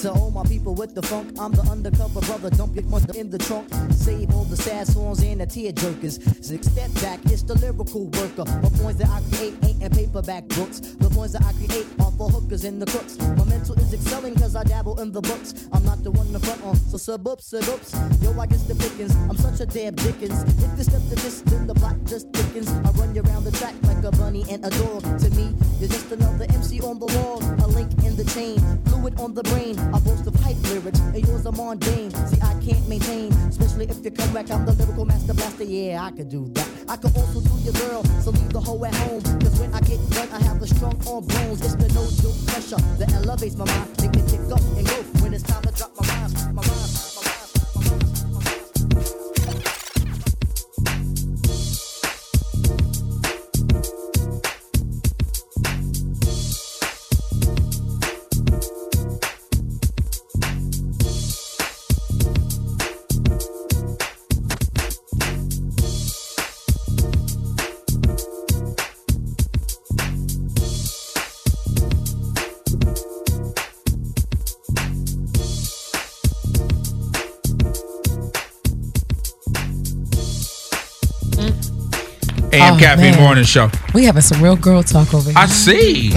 P: To all my people with the funk, I'm the undercover brother. Dump your monster in the trunk. Save all the sad songs and the tear jerkers. Six step back, it's the lyrical worker. The points that I create ain't in paperback books. The points that I create are for hookers and the crooks. My mental is excelling cause I dabble in the books. I'm not the one to front on, so sub up, sub ups. Yo, I guess the pickings. I'm such a damn dickens. If you step to this, then the block just thickens. I run you around the track like a bunny and a dog. To me, you're just another MC on the wall, a link in the chain, fluid on the brain. I boast of hype lyrics, and yours are mundane. See, I can't maintain, especially if you come back. I'm the lyrical master blaster. Yeah, I could do that. I could also do your girl, so leave the hoe at home. Cause when I get done, I have a strong arm bones. It's the no joke pressure that elevates my mind. Make me tick up and go when it's time to drop my rhymes. My rhymes. my rhymes.
C: AM
D: Oh,
C: Caffeine
D: man.
C: Morning Show.
D: We having some real girl talk over here.
C: I see.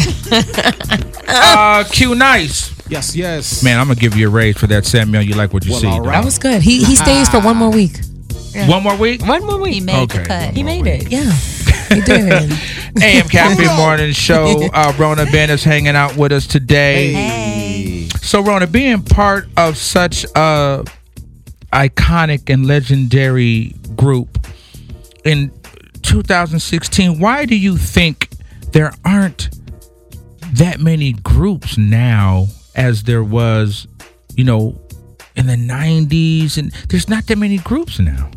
C: uh, Q Nice.
K: Yes, yes.
C: Man, I'm gonna give you a raise for that Samuel. You like what you see.
K: all
C: dog.
D: That was good. He he stays for one more week.
C: One more week.
D: One more week. He
C: made the Okay, cut. one
D: He made it. Yeah. He did.
C: AM Caffeine Morning Show. Uh, Rona Ben is hanging out with us today. So, Rona, being part of such a iconic and legendary group in 2016, why do you think there aren't that many groups now as there was, you know, in the 90s? And there's not that many groups now.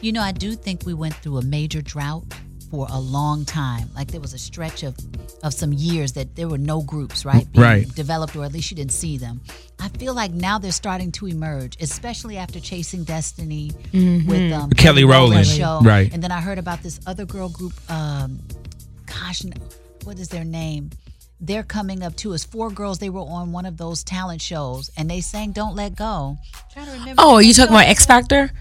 E: You know, I do think we went through a major drought for a long time. Like there was a stretch of, of some years that there were no groups, right?
C: Right.
E: Developed, or at least you didn't see them. I feel like now they're starting to emerge, especially after Chasing Destiny
D: Mm-hmm.
E: with
C: Mhm.
E: um,
C: Kelly Rowland.
E: show.
C: Right.
E: And then I heard about this other girl group. Um, gosh, n- what is their name? They're coming up too. It's four girls. They were on one of those talent shows, and they sang "Don't Let Go." Trying to remember.
D: Oh, you
E: the
D: talking about X Factor?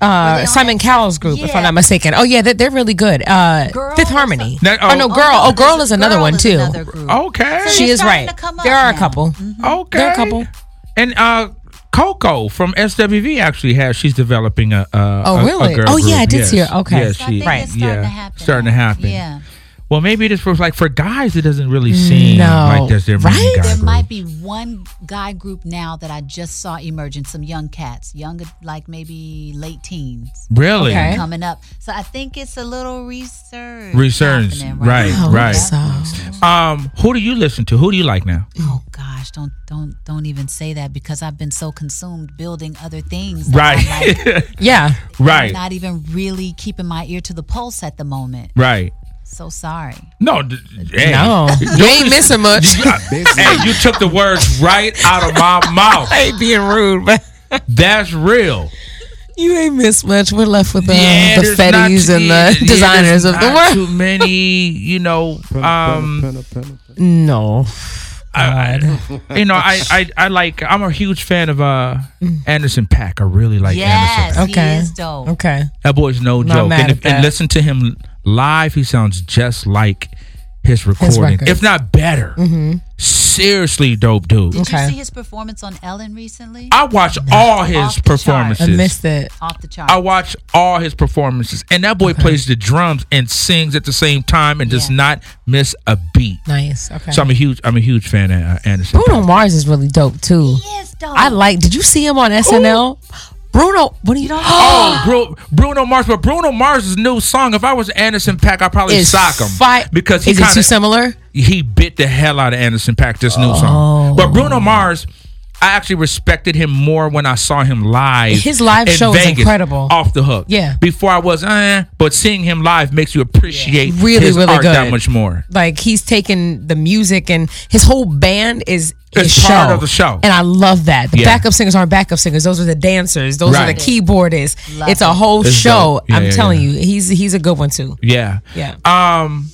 D: Uh, Simon Cowell's group, if I'm
E: Yeah.
D: not mistaken. Oh yeah, they're, they're really good. Uh,
E: Girl
D: Fifth Harmony.
C: That-
D: oh,
C: oh.
D: no,
C: Oh,
D: girl.
C: no,
D: Oh, girl
C: there's
D: is
C: a
D: another
C: Girl
D: one
C: is
D: too.
C: another
E: Hmm.
C: group. Okay. So
D: she
C: they're
D: is
C: starting
D: right.
C: to come up
D: There are a
C: now.
D: couple.
C: Okay.
D: There are a couple.
C: And uh Coco from SWV actually has she's developing a, a
D: Oh,
C: a- a
D: really?
C: girl
D: Oh, yeah,
C: group.
D: I did see her. Okay.
C: Yeah,
D: So I think
C: she-
D: it's starting
C: yeah,
D: to
C: starting to happen.
E: Yeah.
C: Well, maybe it is for like for guys. It doesn't really seem
D: No.
C: like there's their main guy
E: there
C: group.
E: might be one guy group now that I just saw emerging. Some young cats, young like maybe late teens.
C: Really? Okay.
E: coming up. So I think it's a little research.
C: Resurgence,
E: happening
C: right,
E: now.
C: right. Um, who do you listen to? Who do you like now?
E: Oh gosh, don't don't don't even say that because I've been so consumed building other things. that
C: Right.
E: I'm like,
D: yeah.
C: Right.
E: I'm not even really keeping my ear to the pulse at the moment.
C: Right.
E: So sorry.
C: No. d- Hey.
D: No. You ain't missing much.
C: You- hey, you took the words right out of my mouth.
D: I ain't being rude, but
C: That's real.
D: you ain't missed much. We're left with um,
C: Yeah,
D: the
C: there's not
D: fetties
C: too-
D: and
C: yeah,
D: the
C: yeah,
D: designers
C: there's
D: of the
C: not
D: world.
C: Too many, you know. Um,
D: No.
C: I, I- you know, I, I, I like. I'm a huge fan of uh
D: Mm.
C: Anderson Pack. I really like
E: yes,
C: Anderson. Paak.
E: he
D: Okay.
E: is dope.
D: Okay.
C: That boy's no
D: Not
C: joke.
D: mad
C: And,
D: at
C: if, and
D: that.
C: listen to him live. He sounds just like his recording,
D: records.
C: if not better.
D: Mm-hmm.
C: Seriously, dope dude.
E: Did
D: Okay.
E: you see his performance on Ellen recently?
C: I watch all his
E: Off the
C: performances.
D: I missed it.
E: Off the chart.
C: I watch all his performances, and that boy plays the drums and sings at the same time, and does
E: Yeah.
C: not miss a beat.
D: Nice. Okay.
C: So I'm a huge, I'm a huge fan of uh, Anderson.
D: Bruno Mars is really dope too.
E: He is dope.
D: I like. Did you see him on SNL? Bruno, what do you?
C: Oh, Bru- Bruno Mars, but Bruno Mars' new song. If I was Anderson Pack, I'd probably
D: Is
C: sock him
D: fi-
C: because he
D: is it
C: kinda,
D: too similar?
C: he bit the hell out of Anderson Pack this new
D: Oh.
C: song. But Bruno Mars, I actually respected him more when I saw him live.
D: His live
C: in
D: show is
C: Vegas,
D: incredible.
C: Off the hook.
D: Yeah.
C: Before I was, eh, but seeing him live makes you appreciate
D: Really,
C: his
D: really
C: art that
D: good.
C: much more.
D: Like he's taking the music and his whole band is his
C: It's part
D: show.
C: of the show.
D: and I love that. The
C: Yeah.
D: backup singers aren't backup singers; those are the dancers. Those are
C: Right.
D: the keyboardists.
E: Love
D: it's
E: it.
D: a whole
C: It's
D: show.
C: dope. Yeah,
D: I'm
C: yeah,
D: telling you, he's he's a good one too.
C: Yeah.
D: Yeah.
C: Um.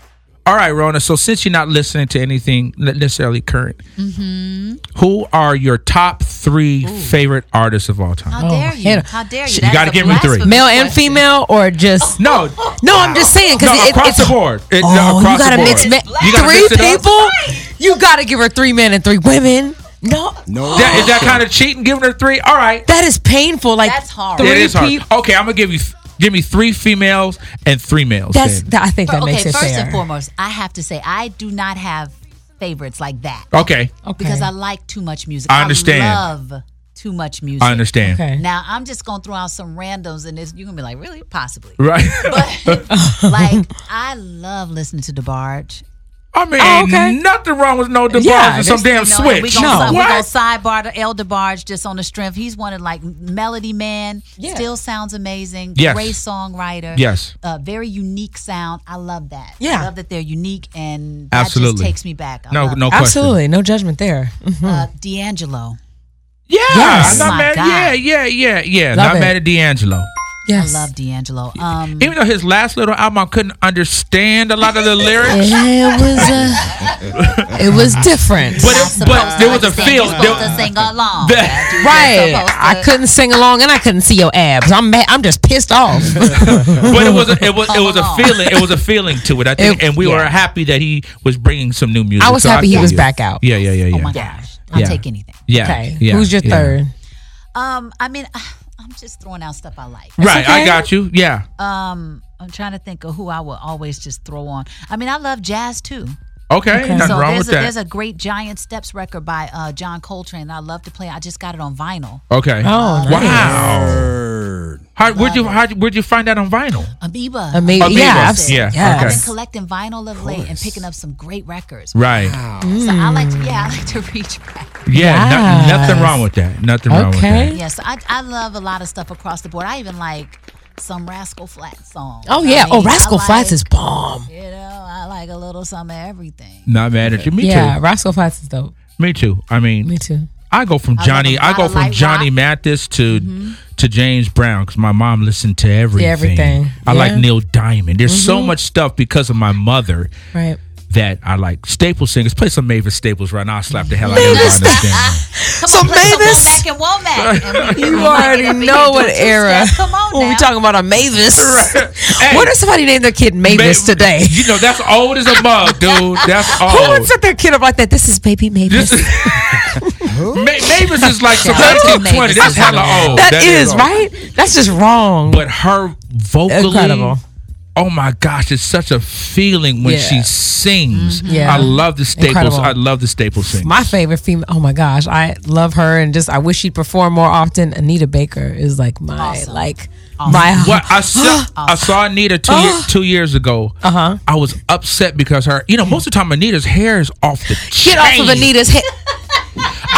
C: All right, Rona. So since you're not listening to anything necessarily current,
D: Mm-hmm.
C: who are your top three favorite artists of all time?
E: How dare you?
D: Oh, hit her.
E: How dare you?
C: Shit, you
E: That is
C: gotta
E: a
C: give me three.
E: blasphemous
D: Male and
E: question. Oh.
D: female, or just
C: No,
D: no? I'm just saying
C: no,
D: because it,
C: across
D: it's
C: the board. It- no,
D: Oh,
C: across
D: you gotta
C: the board.
D: mix ma-
C: You gotta
D: three
C: mix it up.
D: people. You gotta give her three men and three women. No,
K: No.
C: That, is that kind of cheating? Giving her three? All right,
D: that is painful. Like
E: That's hard.
D: Three
C: it is hard.
D: people.
C: Okay, I'm gonna give you give me three females and three males.
D: That's
C: then.
D: that, I think that
E: okay,
D: makes it
E: first
D: fair.
E: and foremost, I have to say I do not have favorites like that
C: okay.
E: because I like too much music.
C: I understand.
E: I love too much music.
C: I understand.
D: Okay.
E: Now I'm just gonna throw out some randoms, and this you're gonna be like, really, possibly.
C: Right.
E: But like, I love listening to DeBarge.
C: I mean,
D: Oh, okay.
C: nothing wrong with no DeBarge
D: Yeah,
C: and some
D: there's-
C: damn
E: You know, and
C: switch.
E: We gonna,
D: No.
E: we
C: What?
E: gonna sidebar to El DeBarge just on the strength. He's one of like melody man.
D: Yeah.
E: Still sounds amazing.
C: Yes.
E: Great songwriter.
C: Yes.
E: Uh, very unique sound. I love that.
D: Yeah.
E: I love that they're unique and that
C: Absolutely.
E: just takes me back. I
C: No,
E: love
C: no Mm-hmm.
E: it.
C: question.
D: Absolutely, no judgment there. Mm-hmm.
E: Uh, D'Angelo.
C: Yeah,
D: Yes.
C: I'm not
E: Oh My
C: mad.
E: God.
C: Yeah, yeah, yeah, yeah.
D: Love
C: not
D: it.
C: mad at D'Angelo.
D: Yes,
E: I love D'Angelo. Um,
C: Even though his last little album, I couldn't understand a lot of the lyrics.
D: it was uh, it was different.
C: But it-
E: not
C: there
E: supposed to
C: was a
E: understand.
C: feel.
E: You're supposed
C: There-
E: to sing along.
C: There-
E: That's what you're
D: Right,
E: supposed to- Oh,
D: I couldn't sing along and I couldn't see your abs. I'm mad. I'm just pissed off.
C: but it was a, it was it was a
E: Hold on.
C: feeling it was a feeling to it. I think,
D: It-
C: and we were
D: yeah.
C: happy that he was bringing some new music.
D: I was happy he
C: feel
D: was
C: you.
D: back out.
C: Yeah, yeah, yeah, yeah.
E: Oh my gosh! I'll
C: Yeah.
E: take anything.
C: Yeah.
D: Okay,
C: yeah,
D: who's your
C: yeah.
D: third?
E: Um, I mean, I'm just throwing out stuff I like.
C: Right, I
D: okay.
C: got you. Yeah.
E: Um, I'm trying to think of who I will always just throw on. I mean, I love jazz too.
C: Okay. Nothing
E: so
C: wrong
E: there's
C: with
E: a,
C: that.
E: there's a great Giant Steps record by uh, John Coltrane. that I love to play. I just got it on vinyl.
C: okay.
D: Oh, nice.
C: wow. How, where'd you how, where'd you find that on vinyl?
E: Amoeba.
D: I mean,
C: Amoeba.
D: yeah, I've, s-
C: Yeah,
D: yes.
E: I've
C: okay.
E: been collecting vinyl of late and picking up some great records.
C: Right.
E: So
D: Mm.
E: I like to, yeah, I like to reach back.
C: Yeah. no-
D: Yes.
C: nothing wrong with that. Nothing wrong with
D: Okay.
C: that.
E: Yeah, so I, I love a lot of stuff across the board. I even like some Rascal Flatts songs.
D: Oh
E: I
D: yeah. oh,
E: mean, I
D: Rascal Flats
E: like,
D: is bomb.
E: You know, I like a little some of everything.
C: Not mad at you. Me
D: yeah,
C: too.
D: Rascal Flats is dope.
C: Me too. I mean,
D: Me too.
C: I go from
E: I
C: Johnny.
E: love a
C: I, go
E: lot of
C: from
E: light
C: Johnny
E: rock.
C: Mathis to
D: Mm-hmm.
C: to James Brown because my mom listened to everything.
D: everything,
C: I like
D: yeah. Mm-hmm.
C: Neil Diamond. There's so much stuff because of my mother
D: Right.
C: that I like. Staples singers. Play some Mavis Staples right now. I'll slap the hell out of everybody. on this thing.
E: Come
D: So
E: on, play some
D: Mavis-
E: Womack and Womack. And we-
D: You
E: we might get
D: already
E: up in
D: know
E: here
D: what
E: doing two
D: era.
E: steps. Come on
D: when we
E: now.
D: talking about a Mavis.
C: Hey.
D: what if somebody named their kid Mavis
C: Ma-
D: today?
C: You know that's old as a mug, dude. That's
D: Who would
C: old.
D: set their kid up like that? This is baby Mavis.
C: This is, Ma- Mavis is like some
E: Shout out to
C: 1920.
E: Mavis.
C: That's hella old.
D: that is,
C: old.
D: right. That's just wrong.
C: But her vocally
D: Incredible.
C: oh my gosh, it's such a feeling when she
D: Yeah.
C: sings.
D: Mhm. Yeah.
C: I love the staples.
D: Incredible.
C: I love the staples sing.
D: My favorite female. Oh my gosh, I love her and just I wish she'd perform more often. Anita Baker is like my like my.
C: Well, I saw I saw Anita two year, two years ago. Uh
D: Uh-huh.
C: huh. I was upset because her. You know, most of the time Anita's hair is off the.
D: Get off of
C: chain.
D: Anita's hair.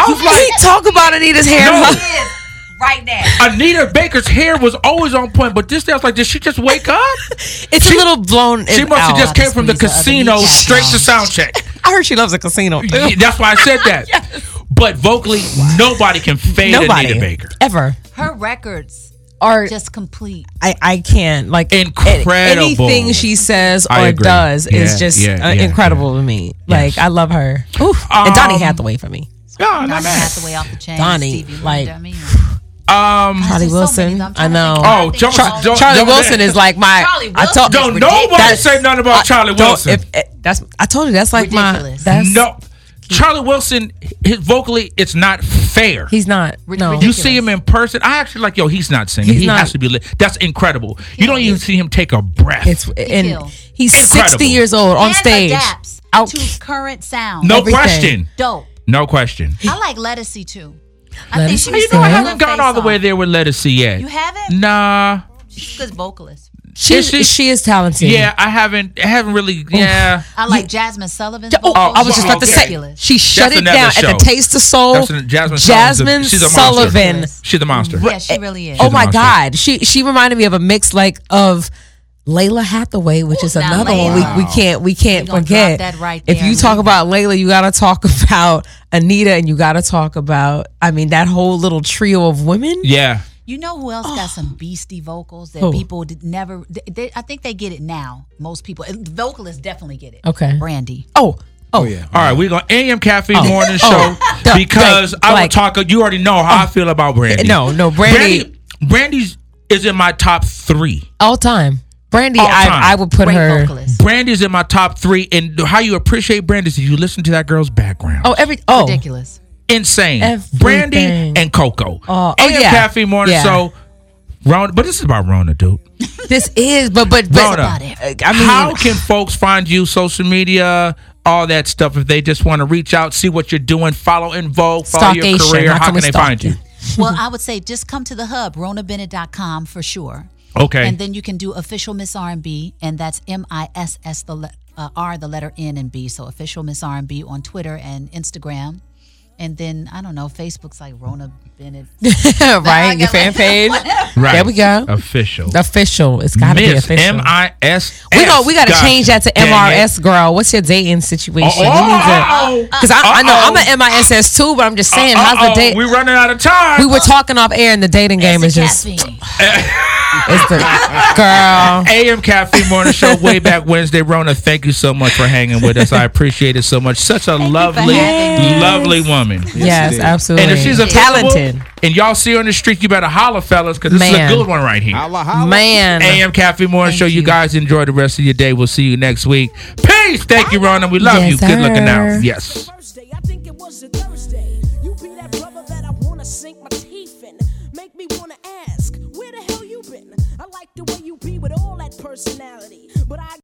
C: I was like,
D: we talk about Anita's hair.
C: No.
D: Right now,
C: Anita Baker's hair was always on point, but this day I was like, did she just wake up?
D: it's a little blown.
C: She
D: it
C: must have
D: out.
C: just came from the casino straight to sound check.
D: I heard she loves a casino.
C: Yeah, That's why I said that. But vocally, nobody can fade
D: Nobody.
C: Anita Baker.
D: Ever.
E: Her records
D: are
E: just complete.
D: I, I can't like an-
C: Incredible.
D: anything she says
C: I
D: or
C: agree.
D: does
C: Yeah,
D: is just
C: yeah,
D: uh,
C: yeah,
D: incredible to me. Like I love her. Oof. and Donnie
C: Um,
D: Hathaway for me.
C: Yeah,
E: Donnie Hathaway off the chain.
D: Donnie,
E: Stevie
D: like-
E: Wonder, I mean,
C: Um,
D: Charlie Wilson. I know.
C: Oh, Jones-
D: Char-
C: Jones-
D: Charlie
C: Jones-
D: Wilson is like my.
C: Charlie
D: I told,
C: Wilson is Don't nobody ridiculous. say nothing about Charlie
D: don't-
C: Wilson.
D: if- eh, that's I told you that's like my. That's
C: no, Charlie Wilson, his vocally, it's not fair.
D: He's not. No.
C: You see him in person. I actually like, yo, he's not singing.
D: He's
C: he
D: not.
C: has to be. Lit. That's incredible. you don't even see him take a breath.
D: It's and he's
C: Incredible.
D: sixty years old on
E: and
D: stage.
E: adapts
D: Out.
E: to current sound.
C: No Everything. question.
E: Dope.
C: no question.
E: I like Lettucey too. I
C: Hey,
E: think she
C: you
E: was
C: know, I
E: good.
C: haven't gone all the way there with Let Us See yet.
E: You haven't?
C: Nah.
E: She's a good vocalist.
D: She
C: Is she-
D: she is talented.
C: Yeah, I haven't. I haven't really. Yeah.
E: I like Jasmine Sullivan.
D: Oh, I was just about to say she shut
C: That's
D: it
C: another
D: down at
C: show.
D: the Taste of Soul.
C: That's an- Jasmine,
D: Jasmine
C: Sullivan's a- she's a monster.
D: Sullivan.
C: She's a monster.
E: Yeah, she really is.
D: Oh my God, she she reminded me of a mix like of Layla Hathaway, which is another one
E: Layla.
D: we, we can't we can't
E: gonna
D: forget.
E: drop that right
D: if
E: there,
D: you talk about Layla, you got to talk about Anita, and you got to talk about I mean that whole little trio of women.
C: Yeah.
E: You know who else got some beastie vocals that
D: Who?
E: people did never? They, they- I think they get it now. Most people, and vocalists definitely get it.
D: Okay,
E: Brandy.
D: Oh. Oh,
C: yeah. All right, we're going to AM Caffeine
D: Oh.
C: Morning
D: Oh.
C: Show
D: Duh,
C: because
D: like-
C: I will
D: like- Oh.
C: talk. You already know how I feel about Brandy.
D: No, no, Brandy-
C: Brandy Brandy's is in my top three.
D: all time. Brandy,
C: All time.
D: I, I would put her.
C: Brandy's in my top three, and how you appreciate Brandy is you listen to that girl's background.
D: Oh, every oh
E: ridiculous.
C: Insane.
D: Everything.
C: Brandy and Coco.
D: Oh, oh,
C: AM
D: yeah.
C: Caffeine Morning
D: Yeah.
C: Show. Rona, but this is about Rona, dude.
D: This is, but but, but
C: Rona,
D: I mean,
C: how can folks find you? Social media, all that stuff. If they just want to reach out, see what you're doing, follow and vote, follow your
D: Stalkation.
C: career.
D: How
C: How
D: can
C: can
D: we
C: they
D: stalk
C: find you?
E: well, I would say just come to the hub, ronabennett.com for sure.
C: Okay.
E: And then you can do official Miss R&B, and that's M I S S the le- uh, R the letter N and B. So official Miss R&B on Twitter and Instagram. And then I don't know, Facebook's like Rona Bennett.
D: right? Your fan page.
C: Right.
D: There we go.
C: Official.
D: Official. It's got to be
C: Miss
D: official.
C: M I S.
D: we go. We got to
C: God
D: change that to
C: dang it. Oh,
D: MRS girl. What's your dating situation?
C: Uh-oh.
D: Because I, I know I'm an MISS too, but I'm just saying, how's the
C: oh, Uh-oh,
D: date?
C: We running out of time.
D: We were talking off air, and the dating game is just it's the girl.
C: AM Caffeine Morning Show, way back Wednesday. Rona, thank you so much for hanging with us. I appreciate it so much. Such a lovely,
D: having us.
C: lovely woman.
D: Yes, absolutely.
C: And if she's a
D: talented
C: and y'all see her on the street, you better holler, fellas, because this
D: Man.
C: is a good one right here.
D: man,
C: AM Caffeine Morning Show. You. guys enjoy the rest of your day. We'll see you next week. Peace. Thank you, Rona. We
D: Ah.
C: love
D: Yes,
C: you. Good
D: sir.
C: looking out. Yes.
R: Thursday. I think it was a Thursday. You be that brother that I wanna sink my teeth in. Make me wanna ask, where the hell you been? I like the way you be with all that personality, but I.